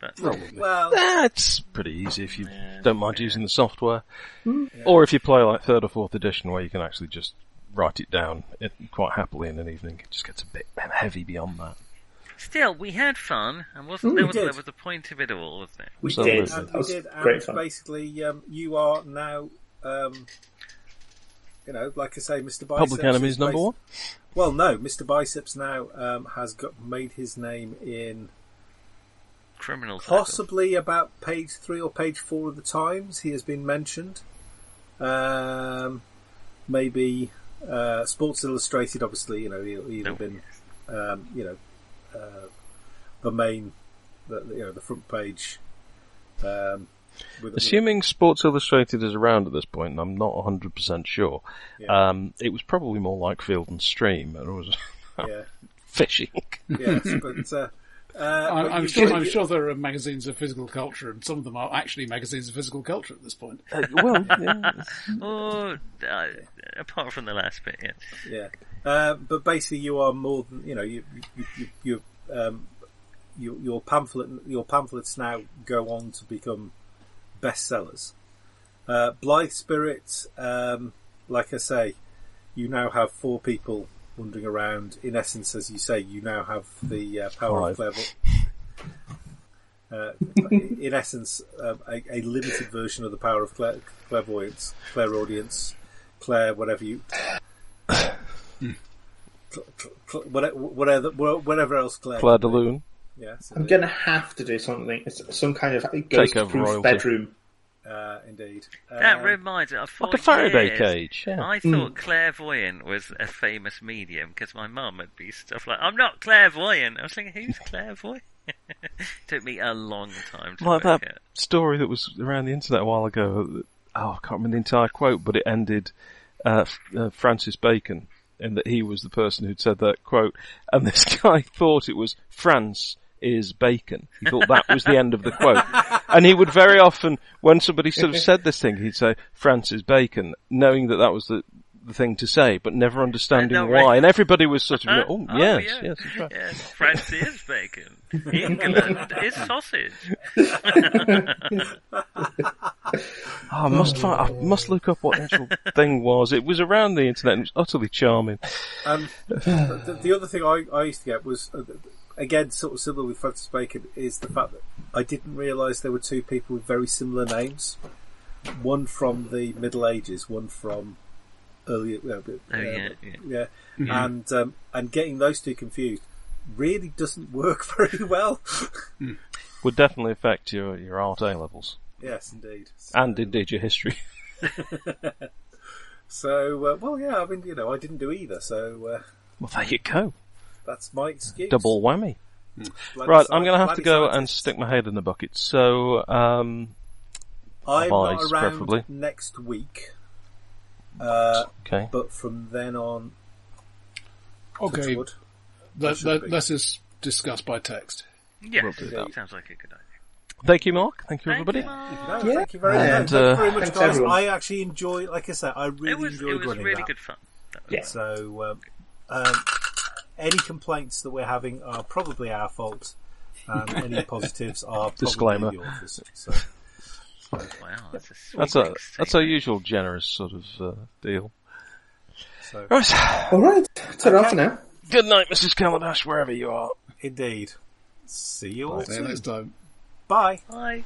But well, That's pretty easy if you don't mind using the software, or if you play like third or fourth edition, where you can actually just write it down it, quite happily in an evening. It just gets a bit heavy beyond that. still, we had fun, and wasn't there was there was the point of it all, wasn't it? we Absolutely. did And that we was did, and great fun basically, um, you are now, um, you know, like I say, Mr. Biceps. Public Enemies is number basi- one. Well, no, Mr. Biceps now um, has got made his name in Criminal cycle. possibly about page three or page four of the Times. He has been mentioned. Um, maybe uh, Sports Illustrated, obviously, you know, he'll, he'll have been, um, you know, uh, the main, the, the, you know, the front page. Um, with, with- Assuming Sports Illustrated is around at this point, and I'm not 100% sure, um, it was probably more like Field and Stream, and it was yeah. fishing. yes, but uh, uh, I'm, but I'm you- sure. but I'm you- sure there are magazines of physical culture, and some of them are actually magazines of physical culture at this point. Uh, well, yeah. Oh, uh, apart from the last bit, yeah. Yeah, uh, but basically, you are more than you know. You, you, you, you um, your, your pamphlet, your pamphlets now go on to become bestsellers. Uh, Blythe Spirit, um, like I say, you now have four people wandering around. In essence, as you say, you now have the uh, power of Five. clever. Uh, in essence, um, a, a limited version of the power of clair- clairvoyance, clairaudience, clair, whatever you cl- cl- cl- whatever, whatever, whatever else Claire. Claire de Lune. Yes, I'm indeed. gonna have to do something. It's some kind of over royalty. ghost-proof bedroom. Uh, indeed. That Um, reminds me, I thought Like a Faraday years, cage. Yeah. Hmm. I thought clairvoyant was a famous medium because my mum would be stuff like, "I'm not clairvoyant." I was thinking, "Who's clairvoyant?" Took me a long time to like work that out. story that was around the internet a while ago. Oh, I can't remember the entire quote, but it ended uh, F- uh, Francis Bacon, and that he was the person who'd said that quote. And this guy thought it was France is bacon. He thought that was the end of the quote. And he would very often, when somebody sort of said this thing, he'd say France is bacon, knowing that that was the the thing to say, but never understanding And why. they'll re- And everybody was sort of, Huh? oh, Oh, yes, yeah. yes, that's right. Yes, France is bacon. England is sausage. Oh, I must find, I must look up what the actual thing was. It was around the internet and it was utterly charming. Um, the, the other thing I, I used to get was, uh, again, sort of similar with Francis Bacon, is the fact that I didn't realise there were two people with very similar names. One from the Middle Ages, one from earlier. Uh, Oh, yeah, Mm-hmm. yeah. yeah. And um, and getting those two confused really doesn't work very well. Would definitely affect your, your art A levels. yes, indeed. And indeed your history. So, uh, well, yeah. I mean, you know, I didn't do either, so uh, Well, there you go. that's my excuse. Double whammy. Bloody Right, sci- I'm gonna have bloody to go scientist. and stick my head in the bucket. So, um, I'm not Advice, around preferably. next week, uh, okay. but from then on, Okay, Touchwood. let, should let, be. let us discuss by text. We'll Yes, do that. sounds like a good idea. Thank you, Mark. Thank you, Thank everybody. you, Mark. No, thank you very, much. And, thank you uh, very much, Thanks, guys. everyone. I actually enjoy, like I said, I really It was, enjoyed it was running really that. good fun. That was- Yeah. So, um, um, any complaints that we're having are probably our fault, and any positives are probably Disclaimer. the authors. So, Wow, that's a sweet That's a, mixtape. that's our usual generous sort of, uh, deal. so Right. All right, ta-ra for now. Good night, Mrs. Calabash, wherever you are. indeed. See you all See you soon. next time. Bye. Bye.